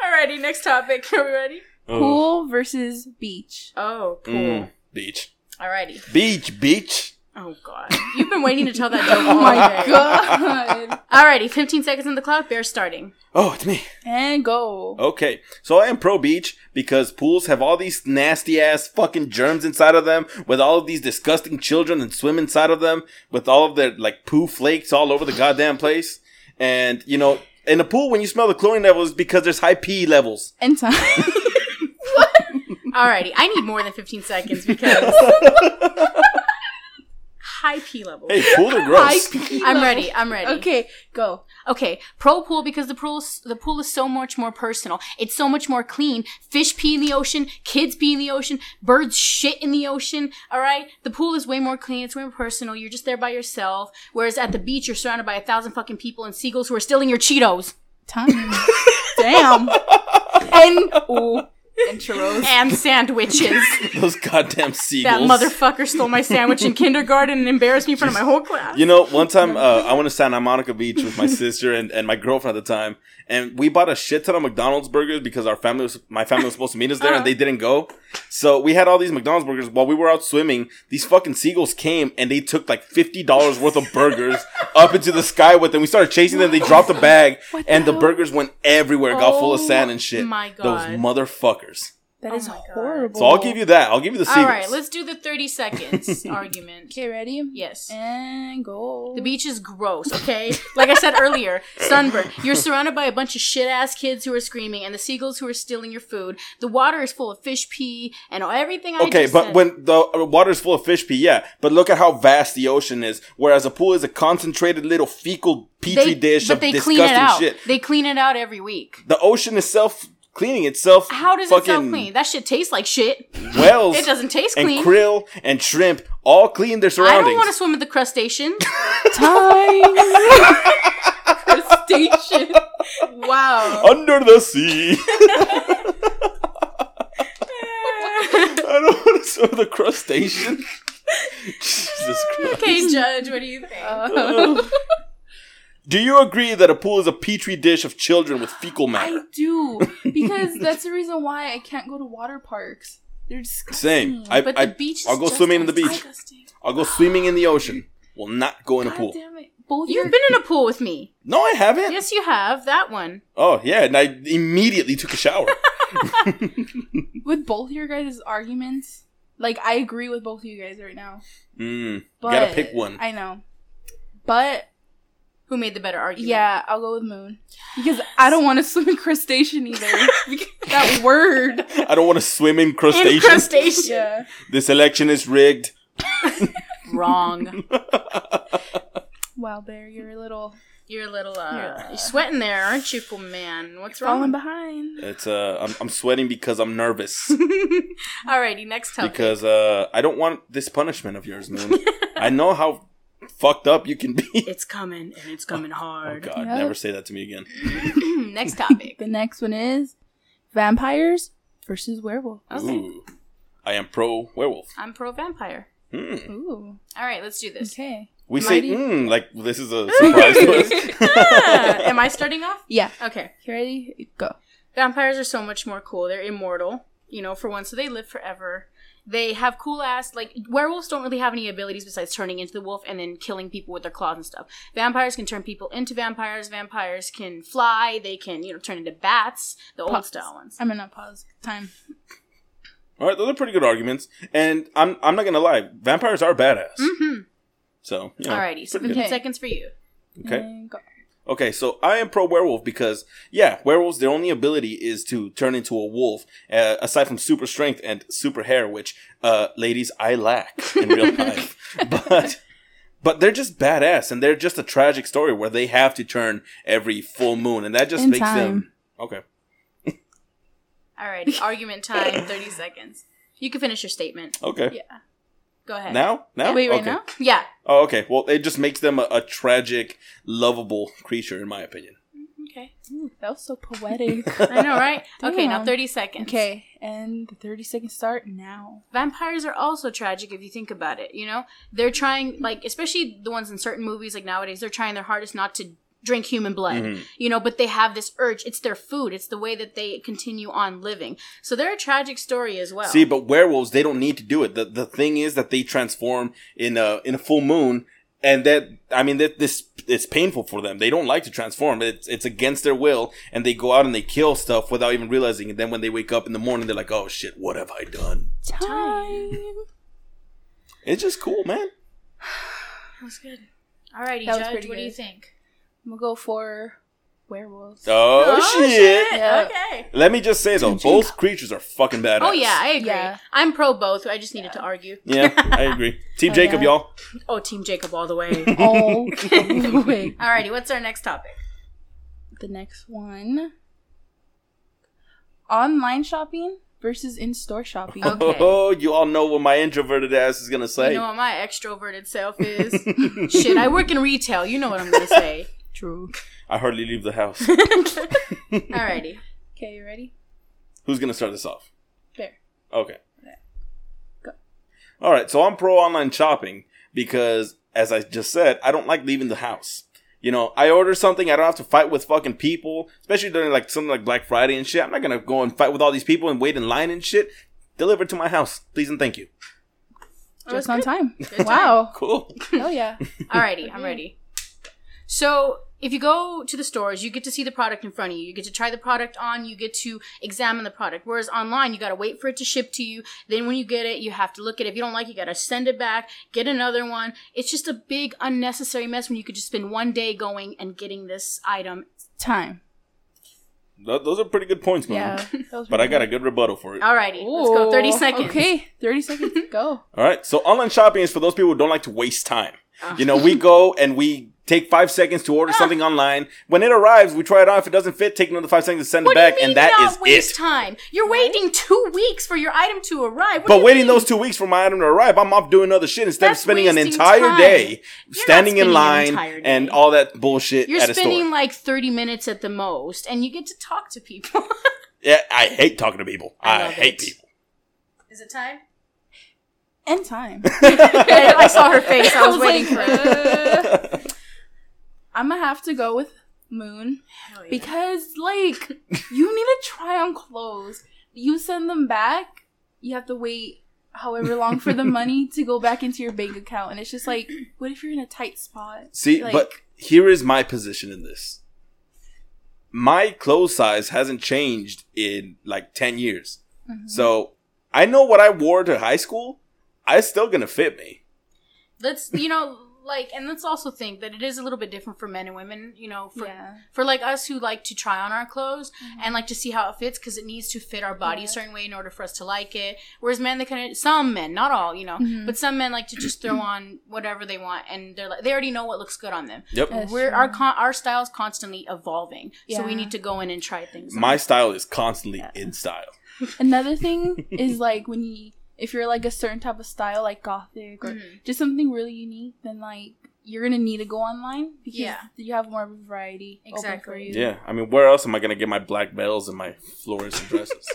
[SPEAKER 1] Alrighty, next topic. Are we ready?
[SPEAKER 2] Oh.
[SPEAKER 3] Pool versus beach.
[SPEAKER 1] Oh, cool.
[SPEAKER 2] Mm. Beach.
[SPEAKER 1] Alrighty.
[SPEAKER 2] Beach, beach.
[SPEAKER 1] Oh god, you've been waiting to tell that joke.
[SPEAKER 3] Oh
[SPEAKER 1] all
[SPEAKER 3] my
[SPEAKER 1] [LAUGHS] day.
[SPEAKER 3] god.
[SPEAKER 1] Alrighty, 15 seconds on the clock. Bear starting.
[SPEAKER 2] Oh, it's me.
[SPEAKER 3] And go.
[SPEAKER 2] Okay, so I am pro beach because pools have all these nasty ass fucking germs inside of them, with all of these disgusting children that swim inside of them, with all of their like poo flakes all over the goddamn place. And you know, in a pool, when you smell the chlorine levels, it's because there's high pee levels.
[SPEAKER 1] [LAUGHS]
[SPEAKER 3] And time.
[SPEAKER 1] Alrighty, I need more than 15 seconds because high P level.
[SPEAKER 2] Hey,
[SPEAKER 1] [LAUGHS]
[SPEAKER 2] pools are gross.
[SPEAKER 1] I'm ready. I'm ready.
[SPEAKER 3] Okay, go.
[SPEAKER 1] Okay, pro pool because the pool the pool is so much more personal. It's so much more clean. Fish pee in the ocean, kids pee in the ocean, birds shit in the ocean. All right, the pool is way more clean. It's way more personal. You're just there by yourself. Whereas at the beach, you're surrounded by a thousand fucking people and seagulls who are stealing your Cheetos
[SPEAKER 3] Time.
[SPEAKER 1] [LAUGHS]
[SPEAKER 3] Damn. And ooh. And churros.
[SPEAKER 1] and sandwiches.
[SPEAKER 2] [LAUGHS] Those goddamn
[SPEAKER 1] that
[SPEAKER 2] seagulls.
[SPEAKER 1] motherfucker stole my sandwich in kindergarten and embarrassed me in front of my whole class.
[SPEAKER 2] You know, one time uh, I went to Santa Monica Beach with my sister and, and my girlfriend at the time, and we bought a shit ton of McDonald's burgers because our family was my family was supposed to meet us there and they didn't go. So we had all these McDonald's burgers while we were out swimming. These fucking seagulls came and they took like fifty dollars worth of burgers up into the sky with them. We started chasing them. They dropped the bag and the, burgers went everywhere. Got full of
[SPEAKER 1] Oh
[SPEAKER 2] sand and shit.
[SPEAKER 1] my
[SPEAKER 2] Those
[SPEAKER 1] God.
[SPEAKER 2] motherfuckers.
[SPEAKER 3] That
[SPEAKER 1] Oh
[SPEAKER 3] is
[SPEAKER 1] my God.
[SPEAKER 3] horrible.
[SPEAKER 2] So I'll give you that. I'll give you the
[SPEAKER 1] All
[SPEAKER 2] seagulls.
[SPEAKER 1] right, let's do the 30 seconds [LAUGHS] argument.
[SPEAKER 3] Okay, ready?
[SPEAKER 1] Yes.
[SPEAKER 3] And go.
[SPEAKER 1] The beach is gross, okay? Like I said earlier,
[SPEAKER 2] [LAUGHS]
[SPEAKER 1] sunburn. You're surrounded by a bunch of shit ass kids who are screaming and the seagulls who are stealing your food. The water is full of fish pee and everything I
[SPEAKER 2] Okay,
[SPEAKER 1] just
[SPEAKER 2] but
[SPEAKER 1] said.
[SPEAKER 2] when the uh, water's full of fish pee, yeah. But look at how vast the ocean is. Whereas a pool is a concentrated little fecal
[SPEAKER 1] they,
[SPEAKER 2] petri dish
[SPEAKER 1] but
[SPEAKER 2] of
[SPEAKER 1] they
[SPEAKER 2] disgusting
[SPEAKER 1] clean it out.
[SPEAKER 2] shit.
[SPEAKER 1] They clean it out every week.
[SPEAKER 2] The ocean is self cleaning itself.
[SPEAKER 1] How does it
[SPEAKER 2] fucking
[SPEAKER 1] self clean? That shit tastes like shit.
[SPEAKER 2] Whales.
[SPEAKER 1] [LAUGHS] It doesn't taste
[SPEAKER 2] and
[SPEAKER 1] clean.
[SPEAKER 2] krill and shrimp all clean their
[SPEAKER 1] I
[SPEAKER 2] surroundings.
[SPEAKER 1] don't want to swim with the
[SPEAKER 2] [LAUGHS]
[SPEAKER 1] crustacean.
[SPEAKER 3] time. Crustacean. [LAUGHS] Wow.
[SPEAKER 2] Under
[SPEAKER 1] [LAUGHS]
[SPEAKER 2] the sea. [LAUGHS] I don't want to swim with
[SPEAKER 1] [LAUGHS]
[SPEAKER 2] a crustacean. Jesus Christ.
[SPEAKER 1] okay, Judge, what do you think?
[SPEAKER 3] Uh,
[SPEAKER 2] Do you agree that a pool is a petri dish of children with fecal matter?
[SPEAKER 3] I do
[SPEAKER 1] [LAUGHS]
[SPEAKER 3] because that's the reason why I can't go to water parks. They're disgusting.
[SPEAKER 2] Same. I,
[SPEAKER 1] but
[SPEAKER 2] I,
[SPEAKER 1] the beach is
[SPEAKER 2] I'll go
[SPEAKER 1] just
[SPEAKER 2] swimming in the
[SPEAKER 1] as-
[SPEAKER 2] beach.
[SPEAKER 3] Disgusting.
[SPEAKER 2] I'll go swimming in the ocean. Will not go in a
[SPEAKER 3] God
[SPEAKER 2] pool.
[SPEAKER 3] damn it! Both your
[SPEAKER 1] You've been in a pool with me.
[SPEAKER 2] No, I haven't.
[SPEAKER 1] Yes, you have. That one.
[SPEAKER 2] Oh yeah, and I immediately took a shower.
[SPEAKER 3] with both your guys' arguments, Like I agree with both of you guys right now.
[SPEAKER 2] Mm, you
[SPEAKER 3] But
[SPEAKER 2] gotta pick one.
[SPEAKER 3] I know. But
[SPEAKER 1] Who made the better argument?
[SPEAKER 3] yeah, I'll go with moon. Because I don't want to swim in
[SPEAKER 2] [LAUGHS]
[SPEAKER 3] crustacean either. Because that word.
[SPEAKER 2] I don't want to swim in crustaceans.
[SPEAKER 1] Incrustation.
[SPEAKER 3] Yeah.
[SPEAKER 2] this election is rigged.
[SPEAKER 1] Wrong.
[SPEAKER 3] Wow, Bear, you're a little
[SPEAKER 1] You're a little uh,
[SPEAKER 3] Yeah.
[SPEAKER 1] you're sweating there, aren't you, poor man? What's [LAUGHS]
[SPEAKER 3] falling
[SPEAKER 1] wrong?
[SPEAKER 3] behind.
[SPEAKER 2] It's uh, I'm, I'm sweating because I'm nervous
[SPEAKER 1] Alrighty, next topic.
[SPEAKER 2] because uh, I don't want this punishment of yours, Moon. I know how fucked up you can be.
[SPEAKER 1] it's coming and it's coming
[SPEAKER 2] Oh
[SPEAKER 1] hard.
[SPEAKER 2] God,
[SPEAKER 3] Yep.
[SPEAKER 2] never say that to me
[SPEAKER 1] [LAUGHS] [CLEARS THROAT]
[SPEAKER 2] again.
[SPEAKER 1] next topic.
[SPEAKER 3] The next one is vampires versus werewolf.
[SPEAKER 1] Okay.
[SPEAKER 2] Ooh, I am pro werewolf.
[SPEAKER 1] I'm pro vampire.
[SPEAKER 2] Hmm.
[SPEAKER 3] Ooh.
[SPEAKER 1] All right, let's do [LAUGHS] this.
[SPEAKER 3] Okay.
[SPEAKER 2] We say
[SPEAKER 3] Mighty-
[SPEAKER 2] mm, like this is a surprise to
[SPEAKER 1] Ah,
[SPEAKER 2] us.
[SPEAKER 1] am I starting off?
[SPEAKER 3] Yeah.
[SPEAKER 1] Okay.
[SPEAKER 3] You ready? Go.
[SPEAKER 1] Vampires are so much more cool. They're immortal, you know, for one, so they live forever. They have cool ass like werewolves don't really have any abilities besides turning into the wolf and then killing people with their claws and stuff. Vampires can turn people into vampires. Vampires can fly. They can you know turn into bats, the old
[SPEAKER 3] Pups.
[SPEAKER 1] style ones.
[SPEAKER 3] I'm gonna pause. Time.
[SPEAKER 2] All right, those are pretty good arguments, and I'm I'm not gonna lie, vampires are badass.
[SPEAKER 1] Mm-hmm.
[SPEAKER 2] So you know,
[SPEAKER 1] Alrighty, so
[SPEAKER 2] pretty good.
[SPEAKER 3] Okay.
[SPEAKER 1] seconds for you.
[SPEAKER 2] okay.
[SPEAKER 3] And go.
[SPEAKER 2] Okay, so I am pro werewolf because yeah, werewolves their only ability is to turn into a wolf, uh, aside from super strength and super hair, which uh, ladies I lack in
[SPEAKER 3] [LAUGHS]
[SPEAKER 2] real life. But but they're just badass, and they're just a tragic story where they have to turn every full moon, and that just
[SPEAKER 3] In
[SPEAKER 2] makes them
[SPEAKER 3] time.
[SPEAKER 2] okay.
[SPEAKER 3] [LAUGHS]
[SPEAKER 1] Alrighty, argument time, thirty seconds. You can finish your statement.
[SPEAKER 2] Okay,
[SPEAKER 1] Yeah. Go ahead.
[SPEAKER 2] now now
[SPEAKER 3] Wait, right
[SPEAKER 2] okay.
[SPEAKER 3] now?
[SPEAKER 1] Yeah.
[SPEAKER 2] Oh, okay. Well, it just makes them a, a tragic, lovable creature, in my opinion.
[SPEAKER 1] Okay.
[SPEAKER 3] Ooh, that was so
[SPEAKER 2] [LAUGHS]
[SPEAKER 3] poetic.
[SPEAKER 1] I know,
[SPEAKER 3] [LAUGHS]
[SPEAKER 1] right? okay, now
[SPEAKER 3] Damn.
[SPEAKER 1] thirty seconds.
[SPEAKER 3] okay, and the 30 seconds start now.
[SPEAKER 1] vampires are also tragic if you think about it you know they're trying like especially the ones in certain movies like nowadays they're trying their hardest not to drink human blood
[SPEAKER 2] Mhm.
[SPEAKER 1] you know but they have this urge it's their food it's the way that they continue on living so they're a tragic story as well
[SPEAKER 2] See, but werewolves they don't need to do it. The the thing is that they transform in a in a full moon, and that I mean that this it's painful for them. They don't like to transform. It's it's against their will, and they go out and they kill stuff without even realizing. And then when they wake up in the morning, they're like, "Oh shit, what have I done?"
[SPEAKER 3] Time.
[SPEAKER 2] It's just cool, man.
[SPEAKER 1] that was good alrighty
[SPEAKER 3] That was
[SPEAKER 1] judge
[SPEAKER 3] pretty
[SPEAKER 1] what do you
[SPEAKER 3] good.
[SPEAKER 1] think
[SPEAKER 3] We'll go for werewolves.
[SPEAKER 2] Oh, shit.
[SPEAKER 3] Yeah.
[SPEAKER 1] okay
[SPEAKER 2] Let me just say though, both creatures are fucking badass.
[SPEAKER 1] oh yeah i agree
[SPEAKER 3] Yeah.
[SPEAKER 1] i'm pro both i just needed to argue
[SPEAKER 2] yeah, I agree. Team
[SPEAKER 3] Oh,
[SPEAKER 2] Jacob,
[SPEAKER 3] yeah.
[SPEAKER 2] y'all.
[SPEAKER 1] [LAUGHS] oh team jacob all the way
[SPEAKER 2] [LAUGHS]
[SPEAKER 1] [LAUGHS]
[SPEAKER 3] All the way.
[SPEAKER 1] alrighty what's our next topic
[SPEAKER 3] The next one online shopping versus in store shopping.
[SPEAKER 1] Okay.
[SPEAKER 2] Oh, [LAUGHS] you all know what my introverted ass is gonna say.
[SPEAKER 1] you know what my extroverted self is
[SPEAKER 2] [LAUGHS]
[SPEAKER 1] shit i work in retail you know what i'm gonna say
[SPEAKER 3] True.
[SPEAKER 2] I hardly leave the house.
[SPEAKER 1] [LAUGHS] Alrighty.
[SPEAKER 3] Okay, you ready?
[SPEAKER 2] Who's gonna start this off?
[SPEAKER 3] There.
[SPEAKER 2] Okay.
[SPEAKER 3] Go.
[SPEAKER 2] All right, so I'm pro online shopping because, as I just said, I don't like leaving the house. You know, I order something, I don't have to fight with fucking people, especially during like something like Black Friday and shit. I'm not gonna go and fight with all these people and wait in line and shit. Deliver to my house, please and thank you.
[SPEAKER 1] That was
[SPEAKER 3] Just on
[SPEAKER 1] good. [LAUGHS]
[SPEAKER 3] time. wow.
[SPEAKER 2] [LAUGHS] Cool.
[SPEAKER 3] Hell yeah.
[SPEAKER 1] Alrighty, I'm ready. So if you go to the stores, you get to see the product in front of you. You get to try the product on. You get to examine the product. Whereas online, you got to wait for it to ship to you. Then when you get it, you have to look at it. If you don't like it, you got to send it back, get another one. It's just a big unnecessary mess when you could just spend one day going and getting this item.
[SPEAKER 3] Time.
[SPEAKER 2] Th- those are pretty good points, man.
[SPEAKER 3] Yeah. that was
[SPEAKER 2] But I
[SPEAKER 3] really
[SPEAKER 2] got a good rebuttal for it.
[SPEAKER 1] Alrighty,
[SPEAKER 3] good.
[SPEAKER 1] let's go. 30
[SPEAKER 3] Ooh,
[SPEAKER 1] seconds.
[SPEAKER 3] Okay,
[SPEAKER 1] [LAUGHS]
[SPEAKER 3] 30 seconds. Go.
[SPEAKER 2] All right. So online shopping is for those people who don't like to waste time.
[SPEAKER 1] Ah.
[SPEAKER 2] You know, we go and we take five seconds to order something online. When it arrives, we try it on. If it doesn't fit, take another five seconds to send
[SPEAKER 1] What
[SPEAKER 2] it back,
[SPEAKER 1] do you mean
[SPEAKER 2] and that
[SPEAKER 1] not
[SPEAKER 2] is
[SPEAKER 1] waste
[SPEAKER 2] it.
[SPEAKER 1] time? You're waiting two weeks for your item to arrive. What do
[SPEAKER 2] But
[SPEAKER 1] you
[SPEAKER 2] waiting
[SPEAKER 1] mean?
[SPEAKER 2] those two weeks for my item to arrive, I'm off doing other shit instead
[SPEAKER 1] That's
[SPEAKER 2] of spending an
[SPEAKER 1] wasting
[SPEAKER 2] entire
[SPEAKER 1] time.
[SPEAKER 2] day
[SPEAKER 1] You're not
[SPEAKER 2] standing
[SPEAKER 1] spending
[SPEAKER 2] in
[SPEAKER 1] an
[SPEAKER 2] line
[SPEAKER 1] entire day.
[SPEAKER 2] and all that bullshit
[SPEAKER 1] You're
[SPEAKER 2] at a
[SPEAKER 1] spending
[SPEAKER 2] store.
[SPEAKER 1] like 30 minutes at the most, and you get to talk to people. [LAUGHS]
[SPEAKER 2] yeah, I hate talking to people.
[SPEAKER 1] I
[SPEAKER 2] I,
[SPEAKER 1] love
[SPEAKER 2] hate
[SPEAKER 1] it.
[SPEAKER 2] people.
[SPEAKER 1] Is it time?
[SPEAKER 3] And time.
[SPEAKER 1] I saw [LAUGHS] her face.
[SPEAKER 3] [LAUGHS]
[SPEAKER 1] I was, waiting for it.
[SPEAKER 3] I'm gonna have to go with Moon
[SPEAKER 1] Hell yeah.
[SPEAKER 3] because, like, you need to try on clothes. You send them back, you have to wait however long for
[SPEAKER 1] [LAUGHS]
[SPEAKER 3] the money to go back into your bank account, and it's just like, what if you're in a tight spot?
[SPEAKER 2] See,
[SPEAKER 3] Like-
[SPEAKER 2] but here is my position in this.
[SPEAKER 3] Mm-hmm.
[SPEAKER 2] My clothes size hasn't changed in like 10 years. So I know what I wore to high school. I still gonna fit me.
[SPEAKER 1] Let's you know like and let's also think that it is a little bit different for men and women. You know, for [LAUGHS]
[SPEAKER 3] yeah.
[SPEAKER 1] for like us who like to try on our clothes
[SPEAKER 3] Mhm.
[SPEAKER 1] and like to see how it fits because it needs to fit our body
[SPEAKER 3] Yeah.
[SPEAKER 1] a certain way in order for us to like it. Whereas men, they kind of some men, not all, you know,
[SPEAKER 3] Mhm.
[SPEAKER 1] but some men like to just throw on whatever they want and they're like they already know what looks good on them.
[SPEAKER 2] Yep.
[SPEAKER 3] Yes. That's
[SPEAKER 1] We're our
[SPEAKER 3] true.
[SPEAKER 1] con- our style's constantly evolving, so we
[SPEAKER 3] Yeah.
[SPEAKER 1] need to go in and try things.
[SPEAKER 2] My
[SPEAKER 1] on.
[SPEAKER 2] style is constantly
[SPEAKER 3] Yeah.
[SPEAKER 2] in style.
[SPEAKER 1] [LAUGHS]
[SPEAKER 3] Another thing is like when you if you're like a certain type of style like gothic or
[SPEAKER 1] Mhm.
[SPEAKER 3] just something really unique, then like you're gonna need to go online because
[SPEAKER 1] Yeah.
[SPEAKER 3] you have more variety. open for
[SPEAKER 1] Exactly.
[SPEAKER 3] you.
[SPEAKER 2] Yeah. I mean, where else am I gonna get my black bells and my florist dresses?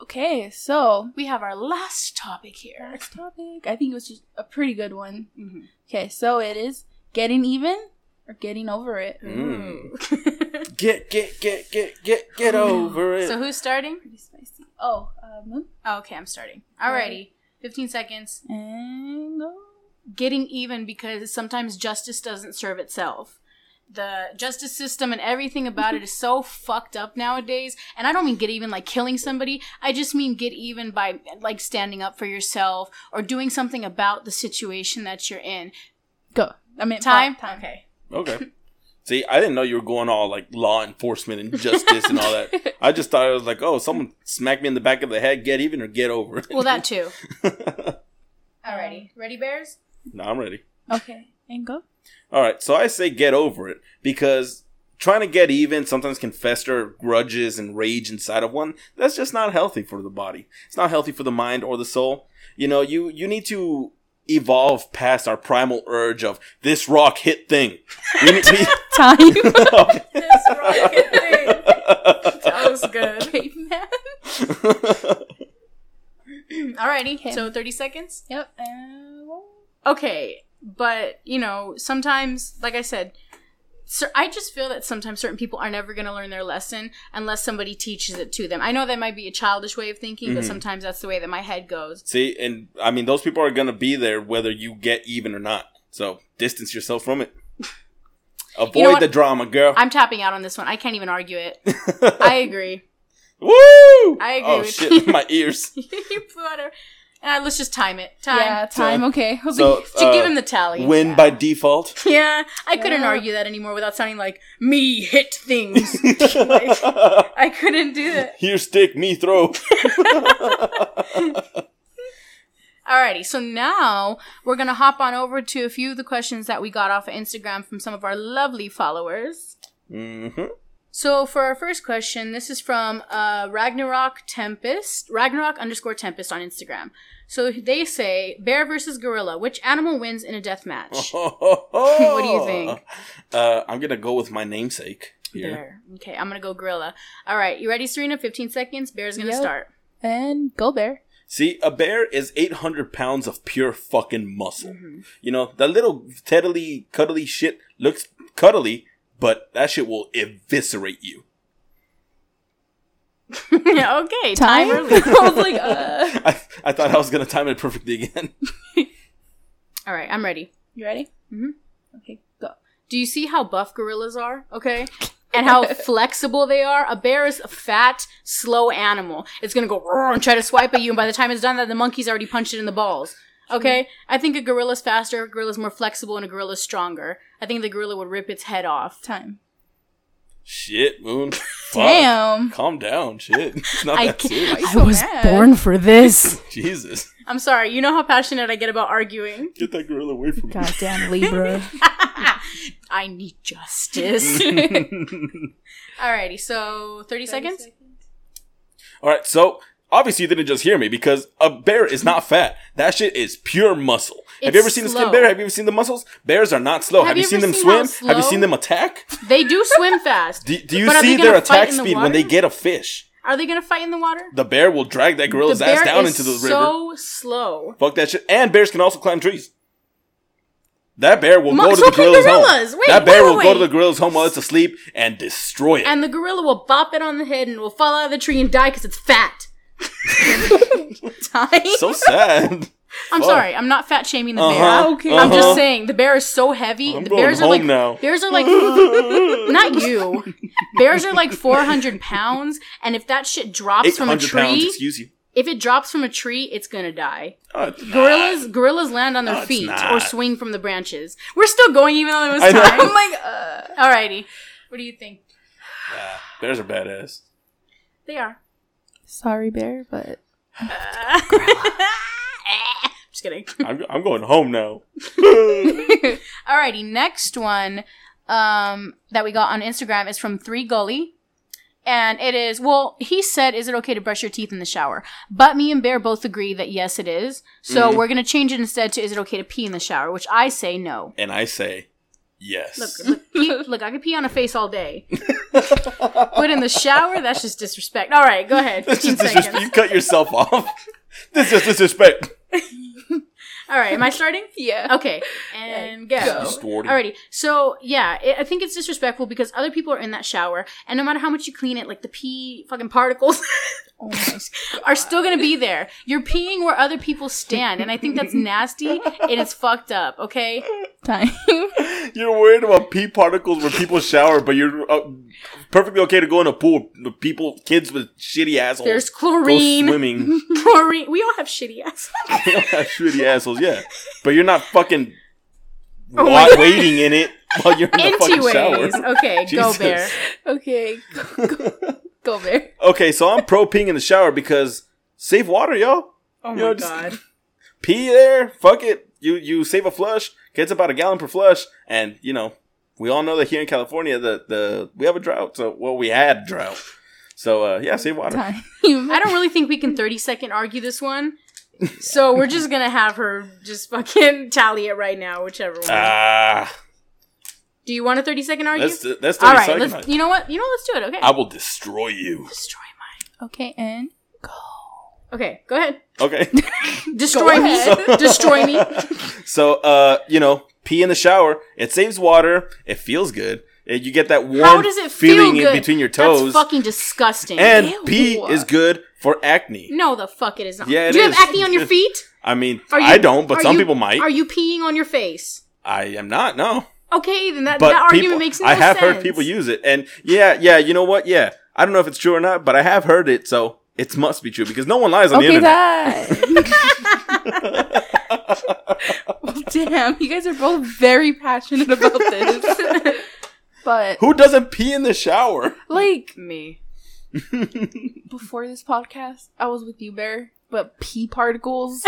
[SPEAKER 3] Okay, so
[SPEAKER 1] We have our last topic here.
[SPEAKER 3] next topic. I think it was just a pretty good one.
[SPEAKER 1] Mhm.
[SPEAKER 3] Okay, so it is getting even or getting over it.
[SPEAKER 2] Mm.
[SPEAKER 1] Ooh.
[SPEAKER 2] [LAUGHS]
[SPEAKER 1] [LAUGHS]
[SPEAKER 2] get, get, get, get, get,
[SPEAKER 3] [LAUGHS]
[SPEAKER 2] get
[SPEAKER 3] Oh,
[SPEAKER 2] over it.
[SPEAKER 1] so who's starting?
[SPEAKER 3] Pretty spicy. Oh, um,
[SPEAKER 1] Oh, okay, I'm starting. Alrighty, 15 seconds.
[SPEAKER 3] and go.
[SPEAKER 1] getting even because sometimes justice doesn't serve itself. The justice system and everything about it is so fucked up nowadays. And I don't mean get even like killing somebody. I just mean get even by like standing up for yourself or doing something about the situation that you're in.
[SPEAKER 3] Go. I mean,
[SPEAKER 1] Time?
[SPEAKER 3] oh, time.
[SPEAKER 1] Okay.
[SPEAKER 2] Okay. [LAUGHS] See, I didn't know you were going all like law enforcement and justice and all that. I just thought it was like, oh, someone smacked me in the back of the head, get even or get over it. [LAUGHS]
[SPEAKER 1] Well, that too.
[SPEAKER 3] Alrighty.
[SPEAKER 1] Ready, Bears?
[SPEAKER 2] no, I'm ready.
[SPEAKER 3] Okay, and go.
[SPEAKER 2] All right, so I say get over it because trying to get even sometimes can fester grudges and rage inside of one. That's just not healthy for the body. It's not healthy for the mind or the soul. You know, you you need to evolve past our primal urge of this rock hit thing. We need we,
[SPEAKER 3] [LAUGHS] Time.
[SPEAKER 2] [LAUGHS]
[SPEAKER 1] That's right. that was [LAUGHS] good.
[SPEAKER 3] Caveman.
[SPEAKER 2] [LAUGHS]
[SPEAKER 1] Alrighty.
[SPEAKER 3] Okay.
[SPEAKER 1] So 30 seconds?
[SPEAKER 3] [LAUGHS] Yep. And go.
[SPEAKER 1] okay but you know sometimes like i said sir, i just feel that sometimes certain people are never going to learn their lesson unless somebody teaches it to them i know that might be a childish way of thinking but
[SPEAKER 2] Mhm.
[SPEAKER 1] sometimes that's the way that my head goes
[SPEAKER 2] See, and I mean those people are gonna be there whether you get even or not. So distance yourself from it. Avoid
[SPEAKER 1] what?
[SPEAKER 2] the drama, girl. [LAUGHS]
[SPEAKER 1] i'm tapping out on this one i can't even argue it i agree [LAUGHS]
[SPEAKER 2] Woo!
[SPEAKER 1] I agree
[SPEAKER 2] oh
[SPEAKER 1] with
[SPEAKER 2] shit,
[SPEAKER 1] you.
[SPEAKER 2] my ears.
[SPEAKER 1] [LAUGHS] you better uh, let's just time it time
[SPEAKER 3] Yeah, time.
[SPEAKER 2] Time.
[SPEAKER 3] Okay. [LAUGHS] I was
[SPEAKER 2] So,
[SPEAKER 3] like,
[SPEAKER 1] [LAUGHS] to give
[SPEAKER 2] uh,
[SPEAKER 1] him the tally
[SPEAKER 2] win
[SPEAKER 1] Yeah.
[SPEAKER 2] by default.
[SPEAKER 1] [LAUGHS] yeah i couldn't
[SPEAKER 3] Yeah.
[SPEAKER 1] argue that anymore without sounding like me hit things i couldn't do that
[SPEAKER 2] [LAUGHS] Here stick, me
[SPEAKER 1] [LAUGHS]
[SPEAKER 2] throw.
[SPEAKER 1] Alrighty, so now we're gonna hop on over to a few of the questions that we got off of Instagram from some of our lovely followers.
[SPEAKER 2] [LAUGHS] Mhm.
[SPEAKER 1] So for our first question, this is from uh, Ragnarok Tempest, Ragnarok underscore Tempest on Instagram. So they say, bear versus gorilla, which animal wins in a death match?
[SPEAKER 2] [LAUGHS] what
[SPEAKER 1] do you think?
[SPEAKER 2] Uh, I'm gonna go with my namesake here.
[SPEAKER 1] Bear. Okay, I'm gonna go gorilla. All right, you ready, Serena? 15 seconds. Bear's gonna
[SPEAKER 3] Yep.
[SPEAKER 1] start. [LAUGHS]
[SPEAKER 3] and go bear.
[SPEAKER 2] See, a bear is 800 pounds of pure fucking muscle.
[SPEAKER 1] Mhm.
[SPEAKER 2] You know that little teddly, cuddly shit looks cuddly, but that shit will eviscerate you. [LAUGHS]
[SPEAKER 1] okay, time
[SPEAKER 3] Time?
[SPEAKER 1] early. [LAUGHS]
[SPEAKER 3] [LAUGHS] I was like, uh.
[SPEAKER 2] I, I thought I was gonna time it perfectly again. [LAUGHS]
[SPEAKER 1] All right, I'm ready.
[SPEAKER 3] [LAUGHS] You ready? Mm-hmm.
[SPEAKER 1] Mhm.
[SPEAKER 3] Okay, go.
[SPEAKER 1] Do you see how buff gorillas are? Okay. And how flexible they are. A bear is a fat, slow animal. It's gonna go roar and try to swipe at you, and by the time it's done that, the monkey's already punched it in the balls. Okay? I think a gorilla's faster, a gorilla's more flexible, and a gorilla's stronger. I think the gorilla would rip its head off.
[SPEAKER 3] Time.
[SPEAKER 2] Shit, Moon. [LAUGHS] Fuck.
[SPEAKER 3] Damn.
[SPEAKER 2] Calm down, shit. [LAUGHS] It's not
[SPEAKER 1] I
[SPEAKER 2] that
[SPEAKER 1] can't-
[SPEAKER 2] serious.
[SPEAKER 3] I was born
[SPEAKER 1] for this.
[SPEAKER 2] [LAUGHS] Jesus.
[SPEAKER 1] I'm sorry, you know how passionate I get about arguing. [LAUGHS]
[SPEAKER 2] Get that gorilla away from me.
[SPEAKER 3] Goddamn [LAUGHS] Libra.
[SPEAKER 1] I need justice. [LAUGHS] Alrighty, so 30 seconds?
[SPEAKER 2] All right, so obviously you didn't just hear me because a bear is not fat. That shit is pure muscle. Have
[SPEAKER 1] It's
[SPEAKER 2] you ever seen a
[SPEAKER 1] slow.
[SPEAKER 2] skin bear? Have you ever seen the muscles? Bears are not slow.
[SPEAKER 1] Have
[SPEAKER 2] Have,
[SPEAKER 1] you
[SPEAKER 2] you,
[SPEAKER 1] ever
[SPEAKER 2] seen them
[SPEAKER 1] seen how
[SPEAKER 2] swim? Have you
[SPEAKER 1] slow-
[SPEAKER 2] seen them attack?
[SPEAKER 1] They do swim fast.
[SPEAKER 2] [LAUGHS] Do, do you
[SPEAKER 1] But are they
[SPEAKER 2] see
[SPEAKER 1] gonna
[SPEAKER 2] their
[SPEAKER 1] fight
[SPEAKER 2] attack
[SPEAKER 1] in the
[SPEAKER 2] speed when they
[SPEAKER 1] water?
[SPEAKER 2] get a fish?
[SPEAKER 1] Are they gonna fight in the water?
[SPEAKER 2] The bear will drag that gorilla's
[SPEAKER 1] the
[SPEAKER 2] ass
[SPEAKER 1] bear
[SPEAKER 2] down
[SPEAKER 1] is
[SPEAKER 2] into the river.
[SPEAKER 1] so slow.
[SPEAKER 2] Fuck that shit. And bears can also climb trees. That bear will
[SPEAKER 1] Mo-
[SPEAKER 2] go to
[SPEAKER 1] so
[SPEAKER 2] the
[SPEAKER 1] can
[SPEAKER 2] gorilla's
[SPEAKER 1] gorillas.
[SPEAKER 2] home.
[SPEAKER 1] Wait,
[SPEAKER 2] that bear
[SPEAKER 1] wait,
[SPEAKER 2] will go
[SPEAKER 1] wait.
[SPEAKER 2] to the gorilla's home while it's asleep and destroy it.
[SPEAKER 1] And the gorilla will bop it on the head and will fall out of the tree and die because it's
[SPEAKER 2] [LAUGHS]
[SPEAKER 1] fat. Time.
[SPEAKER 2] [LAUGHS]
[SPEAKER 1] [LAUGHS]
[SPEAKER 2] so sad.
[SPEAKER 1] I'm
[SPEAKER 2] fuck.
[SPEAKER 1] sorry. I'm not fat shaming the
[SPEAKER 2] Uh-huh,
[SPEAKER 1] bear.
[SPEAKER 3] Okay.
[SPEAKER 1] I'm
[SPEAKER 2] uh-huh.
[SPEAKER 1] just saying the bear is so heavy.
[SPEAKER 2] I'm
[SPEAKER 1] the
[SPEAKER 2] going
[SPEAKER 1] bears
[SPEAKER 2] home
[SPEAKER 1] are like
[SPEAKER 2] now.
[SPEAKER 1] bears are
[SPEAKER 2] [LAUGHS]
[SPEAKER 1] like not you. Bears are like 400 pounds, and if that shit drops from a
[SPEAKER 2] 800
[SPEAKER 1] tree,
[SPEAKER 2] pounds, excuse you.
[SPEAKER 1] If it drops from a tree, it's gonna die.
[SPEAKER 2] Oh, it's not.
[SPEAKER 1] Gorillas, gorillas land on their
[SPEAKER 2] No, it's
[SPEAKER 1] feet
[SPEAKER 2] not.
[SPEAKER 1] or swing from the branches. We're still going even though it
[SPEAKER 2] I
[SPEAKER 1] was
[SPEAKER 2] know. [LAUGHS]
[SPEAKER 1] time.
[SPEAKER 3] I'm like, uh,
[SPEAKER 1] Alrighty, what do you think?
[SPEAKER 2] Yeah, bears are badass.
[SPEAKER 1] They [LAUGHS] are.
[SPEAKER 3] sorry, bear, but
[SPEAKER 1] Uh, just kidding.
[SPEAKER 2] I'm, I'm going home now.
[SPEAKER 1] [LAUGHS] Alrighty, next one um, that we got on Instagram is from Three Gully. And it is, well, he said, is it okay to brush your teeth in the shower? But me and Bear both agree that yes, it is. So
[SPEAKER 2] Mhm.
[SPEAKER 1] we're going to change it instead to, is it okay to pee in the shower? Which I say no.
[SPEAKER 2] and I say yes.
[SPEAKER 1] Look,
[SPEAKER 2] [LAUGHS]
[SPEAKER 1] look, pee, look I could pee on a face all day. but in the shower, that's just disrespect. All right, go ahead.
[SPEAKER 2] That's
[SPEAKER 1] 15
[SPEAKER 2] just disres-
[SPEAKER 1] seconds.
[SPEAKER 2] you cut yourself off. [LAUGHS] this is disrespect.
[SPEAKER 1] All right, am I starting?
[SPEAKER 2] [LAUGHS]
[SPEAKER 3] yeah.
[SPEAKER 1] Okay, and go.
[SPEAKER 3] Go.
[SPEAKER 2] You stored it.
[SPEAKER 1] Alrighty. So yeah, it, I think it's disrespectful because other people are in that shower, and no matter how much you clean it, like the pee fucking particles
[SPEAKER 3] [LAUGHS]
[SPEAKER 1] [LAUGHS]
[SPEAKER 3] Oh my
[SPEAKER 1] are still gonna be there. You're peeing where other people stand, and I think
[SPEAKER 2] [LAUGHS]
[SPEAKER 1] that's nasty and it's fucked up. Okay.
[SPEAKER 2] Oh,
[SPEAKER 3] time. [LAUGHS]
[SPEAKER 2] You're worried about pee particles where people shower, but you're uh, perfectly okay to go in a pool. with People, kids with shitty assholes.
[SPEAKER 1] There's
[SPEAKER 2] go
[SPEAKER 1] chlorine.
[SPEAKER 2] swimming.
[SPEAKER 1] [LAUGHS]
[SPEAKER 2] [LAUGHS]
[SPEAKER 1] Chlorine. We all have shitty ass.
[SPEAKER 2] They don't have shitty assholes, yeah. But you're not fucking
[SPEAKER 1] Oh my
[SPEAKER 2] wa-
[SPEAKER 1] God.
[SPEAKER 2] waiting in it [LAUGHS] while you're [LAUGHS] in the fucking shower.
[SPEAKER 1] Anyways, [LAUGHS] okay, go
[SPEAKER 2] Jesus.
[SPEAKER 1] bear.
[SPEAKER 3] okay, go, go, go
[SPEAKER 2] [LAUGHS]
[SPEAKER 3] bear.
[SPEAKER 2] Okay, so I'm pro peeing in the shower because save water, yo.
[SPEAKER 1] Oh
[SPEAKER 2] my Yo, just- God. Pee there, fuck it. You you save a flush. Gets about a gallon per flush, and you know we all know that here in California the the we have a drought. So well, we had drought. So uh, yeah, save water.
[SPEAKER 3] Time.
[SPEAKER 1] I don't really think we can 30 second argue this
[SPEAKER 2] [LAUGHS]
[SPEAKER 1] one. So we're just gonna have her just fucking tally it right now, whichever one.
[SPEAKER 2] Ah,
[SPEAKER 1] Do you want a 30 second argue?
[SPEAKER 2] that's that's
[SPEAKER 1] All
[SPEAKER 2] thirty
[SPEAKER 1] right,
[SPEAKER 2] seconds.
[SPEAKER 1] let's, you know what? You know, what? let's do it. Okay.
[SPEAKER 2] I will destroy you.
[SPEAKER 1] Destroy mine.
[SPEAKER 3] Okay, and
[SPEAKER 1] Okay, go ahead.
[SPEAKER 2] Okay.
[SPEAKER 1] Destroy me. [LAUGHS]
[SPEAKER 2] ahead.
[SPEAKER 1] Destroy
[SPEAKER 2] [LAUGHS]
[SPEAKER 1] me.
[SPEAKER 2] So, uh, you know, pee in the shower. It saves water. It feels good. It- you get that warm
[SPEAKER 1] How does it feel
[SPEAKER 2] feeling
[SPEAKER 1] good?
[SPEAKER 2] in between your
[SPEAKER 1] That's
[SPEAKER 2] toes.
[SPEAKER 1] fucking disgusting.
[SPEAKER 2] and
[SPEAKER 3] Ew.
[SPEAKER 2] pee is good for acne.
[SPEAKER 1] no, the fuck it is not.
[SPEAKER 2] Yeah, it
[SPEAKER 1] do you
[SPEAKER 2] is.
[SPEAKER 1] have acne on
[SPEAKER 2] [LAUGHS]
[SPEAKER 1] your feet?
[SPEAKER 2] I mean,
[SPEAKER 1] Are you-
[SPEAKER 2] I don't, but
[SPEAKER 1] are
[SPEAKER 2] some
[SPEAKER 1] you-
[SPEAKER 2] people might.
[SPEAKER 1] Are you peeing on your face?
[SPEAKER 2] I am not. No,
[SPEAKER 1] Okay, then that,
[SPEAKER 2] but
[SPEAKER 1] that argument
[SPEAKER 2] people,
[SPEAKER 1] makes no
[SPEAKER 2] I have
[SPEAKER 1] sense.
[SPEAKER 2] heard people use it, and yeah, yeah. You know what? Yeah, I don't know if it's true or not, but I have heard it, so it must be true because no one lies on the
[SPEAKER 3] okay,
[SPEAKER 2] internet.
[SPEAKER 3] that. [LAUGHS] Damn, you guys are both very passionate about
[SPEAKER 2] [LAUGHS]
[SPEAKER 3] this. but
[SPEAKER 2] Who doesn't pee in the shower?
[SPEAKER 3] like
[SPEAKER 1] me.
[SPEAKER 3] before this podcast, I was with you, Bear, but
[SPEAKER 2] [LAUGHS]
[SPEAKER 3] pee particles.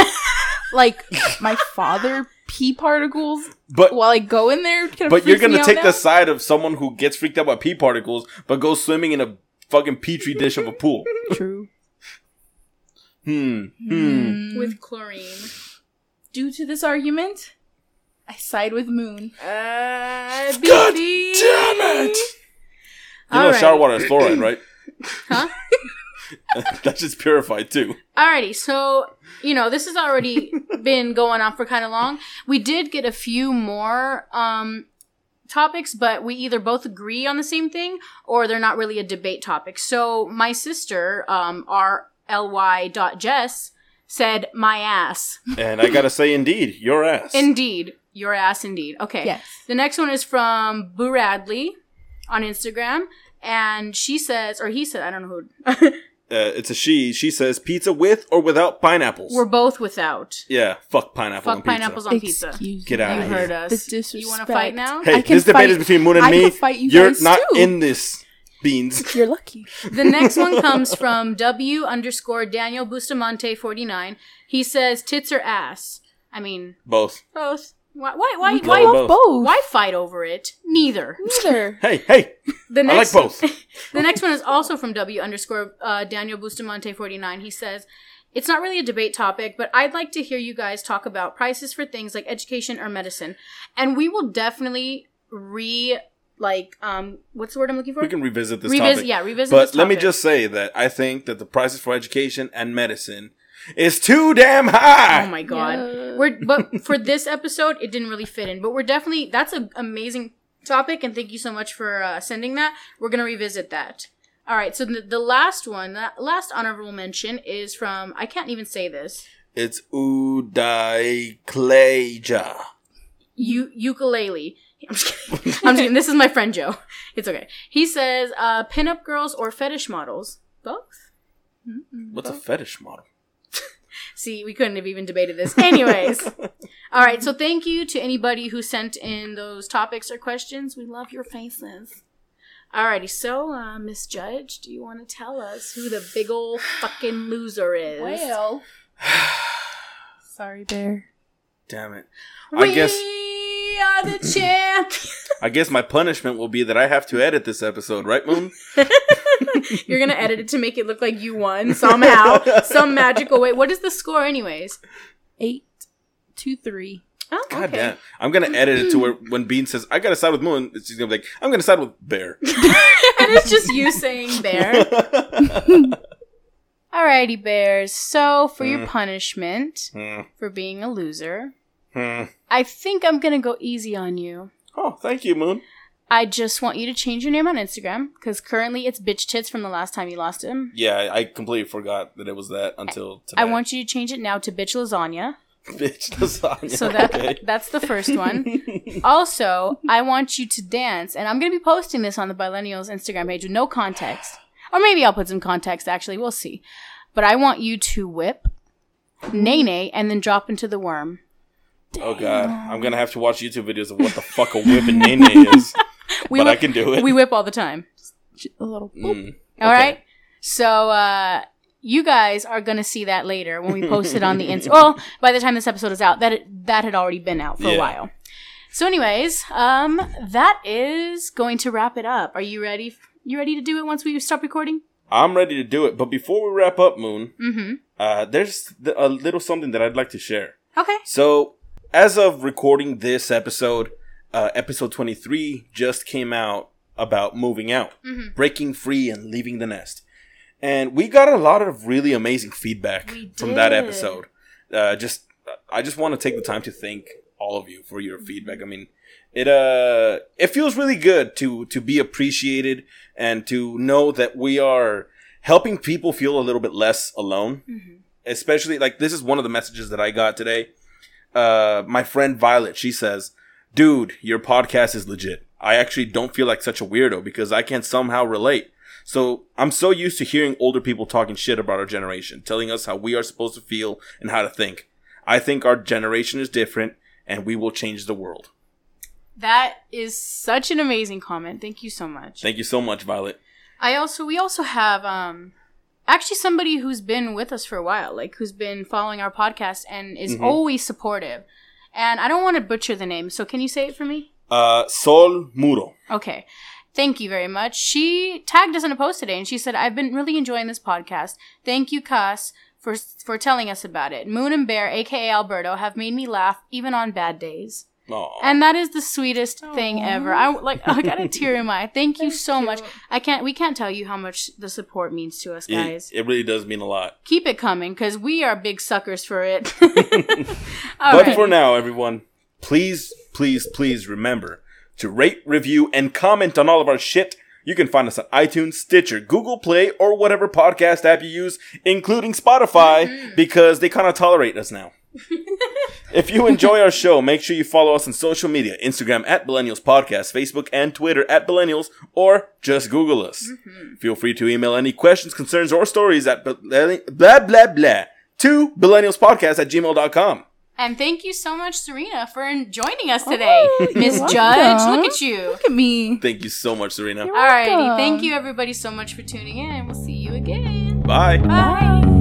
[SPEAKER 3] like my father pee particles
[SPEAKER 2] But
[SPEAKER 3] while I go in there. [LAUGHS] kinda
[SPEAKER 2] But you're
[SPEAKER 3] freaks me
[SPEAKER 2] gonna
[SPEAKER 3] out
[SPEAKER 2] take
[SPEAKER 3] now.
[SPEAKER 2] the side of someone who gets freaked out by pee particles, but goes swimming in a fucking petri dish of a
[SPEAKER 3] [LAUGHS]
[SPEAKER 2] pool.
[SPEAKER 3] true.
[SPEAKER 2] Hmm. Hmm.
[SPEAKER 1] With chlorine.
[SPEAKER 3] Due to this argument, I side with Moon.
[SPEAKER 1] Uh,
[SPEAKER 2] God
[SPEAKER 1] BB.
[SPEAKER 2] Damn it! You know,
[SPEAKER 1] Alright.
[SPEAKER 2] shower water is fluoride,
[SPEAKER 3] [CLEARS THROAT]
[SPEAKER 2] right? [LAUGHS]
[SPEAKER 1] Huh?
[SPEAKER 2] That's just purified too.
[SPEAKER 1] Alrighty, so you know this has already been going on for kind of long. We did get a few more um, topics, but we either both agree on the same thing or they're not really a debate topic. So my sister, um, R L Y dot Jess, said my ass.
[SPEAKER 2] And I gotta say, indeed, your ass.
[SPEAKER 1] Indeed, your ass. Indeed. Okay. The next one is from Boo Radley on Instagram, and she says, or he said, I don't know who.
[SPEAKER 2] uh, it's a she. She says pizza with or without pineapples.
[SPEAKER 1] We're both without.
[SPEAKER 2] yeah, fuck pineapple
[SPEAKER 1] Fuck
[SPEAKER 2] on pizza.
[SPEAKER 1] pineapples on pizza.
[SPEAKER 3] Excuse
[SPEAKER 2] Get
[SPEAKER 3] me.
[SPEAKER 2] outta
[SPEAKER 1] You
[SPEAKER 2] here.
[SPEAKER 1] heard
[SPEAKER 3] The
[SPEAKER 1] us.
[SPEAKER 3] disrespect.
[SPEAKER 1] You want to fight now?
[SPEAKER 2] Hey,
[SPEAKER 3] I can
[SPEAKER 2] this debate
[SPEAKER 3] fight-
[SPEAKER 2] is between Moon and
[SPEAKER 3] I
[SPEAKER 2] me.
[SPEAKER 3] can fight you
[SPEAKER 2] You're
[SPEAKER 3] guys,
[SPEAKER 2] not
[SPEAKER 3] too.
[SPEAKER 2] in this, beans.
[SPEAKER 3] You're lucky.
[SPEAKER 1] The next one comes from W underscore Daniel Bustamante forty nine. He says tits or ass. I mean
[SPEAKER 2] Both.
[SPEAKER 1] both. Why? Why? Why?
[SPEAKER 3] We
[SPEAKER 2] can
[SPEAKER 1] Why,
[SPEAKER 2] love
[SPEAKER 1] why,
[SPEAKER 2] both.
[SPEAKER 3] Both.
[SPEAKER 1] fight over it? Neither. [LAUGHS]
[SPEAKER 3] Neither.
[SPEAKER 2] Hey, hey,
[SPEAKER 1] The
[SPEAKER 2] I like
[SPEAKER 1] next,
[SPEAKER 3] [LAUGHS]
[SPEAKER 2] both.
[SPEAKER 1] [LAUGHS] The next one is also from W underscore uh, Daniel Bustamante forty nine. He says. It's not really a debate topic, but I'd like to hear you guys talk about prices for things like education or medicine, and we will definitely re like um what's the word I'm looking for?
[SPEAKER 2] We can revisit this
[SPEAKER 1] revisit,
[SPEAKER 2] topic.
[SPEAKER 1] yeah, revisit.
[SPEAKER 2] But
[SPEAKER 1] this
[SPEAKER 2] let me
[SPEAKER 1] topic.
[SPEAKER 2] just say that I think that the prices for education and medicine is too damn high.
[SPEAKER 1] Oh my god.
[SPEAKER 3] Yeah.
[SPEAKER 1] We're but for this episode it didn't really fit in. But we're definitely that's an amazing topic and thank you so much for uh, sending that. We're going to revisit that. All right, so the, the last one, the last honorable mention is from I can't even say this.
[SPEAKER 2] It's Udaicleja.
[SPEAKER 1] You ukulele. [LAUGHS] I'm just kidding. I'm just kidding. This is my friend Joe. [LAUGHS] It's okay. He says uh pinup girls or fetish models. Both?
[SPEAKER 2] What's a fetish model?
[SPEAKER 1] See, we couldn't have even debated this. Anyways. All right. So thank you to anybody who sent in those topics or questions. We love your faces. Alrighty, so uh, Miss Judge, do you want to tell us who the big old fucking loser is?
[SPEAKER 2] [SIGHS]
[SPEAKER 3] Well, sorry, bear.
[SPEAKER 2] Damn it.
[SPEAKER 1] we
[SPEAKER 2] I guess
[SPEAKER 1] are the champ.
[SPEAKER 2] I guess my punishment will be that I have to edit this episode,
[SPEAKER 1] [LAUGHS]
[SPEAKER 2] right, Moon?
[SPEAKER 1] [LAUGHS] You're gonna edit it to make it look like you won somehow, some magical way. What is the score, anyways?
[SPEAKER 3] Eight, two, three.
[SPEAKER 1] Oh,
[SPEAKER 2] God damn. I'm gonna edit it to where
[SPEAKER 1] [CLEARS THROAT]
[SPEAKER 2] when Bean says, I gotta side with Moon, she's gonna be like, I'm gonna side with Bear.
[SPEAKER 1] [LAUGHS] and it's just you saying bear. Alrighty, bears. So for your
[SPEAKER 2] Mm.
[SPEAKER 1] punishment
[SPEAKER 2] Hmm,
[SPEAKER 1] for being a loser,
[SPEAKER 2] hmm.
[SPEAKER 1] [LAUGHS] I think I'm gonna go easy on you.
[SPEAKER 2] [LAUGHS] oh, thank you, Moon.
[SPEAKER 1] I just want you to change your name on Instagram because currently it's bitch tits from the last time you lost him.
[SPEAKER 2] Yeah, I- I completely forgot that it was that until today.
[SPEAKER 1] I want you to change it now to bitch lasagna.
[SPEAKER 2] [LAUGHS] bitch lasagna. [LAUGHS]
[SPEAKER 1] So that
[SPEAKER 2] Okay.
[SPEAKER 1] that's the first
[SPEAKER 2] [LAUGHS]
[SPEAKER 1] one. also, I want you to dance, and I'm going to be posting this on the Bilennials Instagram page with no context, or maybe I'll put some context. Actually, we'll see. But I want you to whip, nene, and then drop into the worm.
[SPEAKER 2] Oh god, I'm gonna have to watch YouTube videos of what the fuck a whip and nene is,
[SPEAKER 1] [LAUGHS] We
[SPEAKER 2] but I
[SPEAKER 1] whip,
[SPEAKER 2] can do it.
[SPEAKER 1] we whip all the time.
[SPEAKER 3] J- A little. boop.
[SPEAKER 2] Mm,
[SPEAKER 1] All
[SPEAKER 2] okay.
[SPEAKER 1] right. So uh, you guys are going to see that later when we post it on the
[SPEAKER 2] [LAUGHS]
[SPEAKER 1] Insta. well, by the time this episode is out, that that had already been out for a
[SPEAKER 2] Yeah.
[SPEAKER 1] while. So, anyways, um, that is going to wrap it up. Are you ready? You ready to do it once we stop recording?
[SPEAKER 2] I'm ready to do it. But before we wrap up, Moon,
[SPEAKER 1] Mm-hmm.
[SPEAKER 2] uh, there's th- a little something that I'd like to share.
[SPEAKER 1] Okay.
[SPEAKER 2] So, as of recording this episode, uh, episode 23 just came out about moving out,
[SPEAKER 1] Mhm.
[SPEAKER 2] breaking free, and leaving the nest. And we got a lot of really amazing feedback
[SPEAKER 1] We
[SPEAKER 2] from that
[SPEAKER 1] did.
[SPEAKER 2] episode. Uh, just, I just want to take the time to thank all of you for your feedback. I mean, it uh, it feels really good to to be appreciated and to know that we are helping people feel a little bit less alone
[SPEAKER 1] Mm-hmm.
[SPEAKER 2] especially like this is one of the messages that I got today. Uh, my friend Violet, she says, "Dude, your podcast is legit. I actually don't feel like such a weirdo because I can somehow relate. So I'm so used to hearing older people talking shit about our generation, telling us how we are supposed to feel and how to think. I think our generation is different, and we will change the world.
[SPEAKER 1] That is such an amazing comment. Thank you so much.
[SPEAKER 2] Thank you so much, Violet.
[SPEAKER 1] I also we also have um actually somebody who's been with us for a while, like who's been following our podcast and is
[SPEAKER 2] Mhm.
[SPEAKER 1] always supportive. And I don't want to butcher the name, so can you say it for me?
[SPEAKER 2] Uh, Sol Muro.
[SPEAKER 1] Okay. Thank you very much. She tagged us in a post today and she said, I've been really enjoying this podcast. Thank you, Cuss, for, for telling us about it. Moon and Bear, aka Alberto, have made me laugh even on bad days.
[SPEAKER 2] Aw.
[SPEAKER 1] And that is the sweetest thing
[SPEAKER 3] Aw.
[SPEAKER 1] ever. I like I got a tear in my eye. Thank you
[SPEAKER 3] That's
[SPEAKER 1] so much.
[SPEAKER 3] cute.
[SPEAKER 1] I can't we can't tell you how much the support means to us
[SPEAKER 2] it,
[SPEAKER 1] guys.
[SPEAKER 2] it really does mean a lot.
[SPEAKER 1] Keep it coming cuz we are big suckers for
[SPEAKER 2] [LAUGHS]
[SPEAKER 1] it. All
[SPEAKER 2] But
[SPEAKER 1] right.
[SPEAKER 2] for now, everyone, please, please, please remember to rate, review, and comment on all of our shit. You can find us on iTunes, Stitcher, Google Play, or whatever podcast app you use, including Spotify,
[SPEAKER 1] Mm-hmm.
[SPEAKER 2] because they kind of tolerate
[SPEAKER 1] [LAUGHS]
[SPEAKER 2] us now. if you enjoy our show, make sure you follow us on social media Instagram at Millennials Podcast, Facebook, and Twitter at Millennials, or just Google us.
[SPEAKER 1] Mm-hmm.
[SPEAKER 2] Feel free to email any questions, concerns, or stories at blah, blah, blah, blah to millennialspodcast at gmail.com.
[SPEAKER 1] And thank you so much Serena for in- joining us today.
[SPEAKER 3] Oh, you're
[SPEAKER 1] Miss Judge,
[SPEAKER 3] welcome.
[SPEAKER 1] look at you.
[SPEAKER 3] Look at me.
[SPEAKER 2] Thank you so much, Serena.
[SPEAKER 1] Alrighty,
[SPEAKER 3] welcome.
[SPEAKER 1] thank you everybody so much for tuning in. We'll see you again.
[SPEAKER 2] Bye.
[SPEAKER 1] Bye.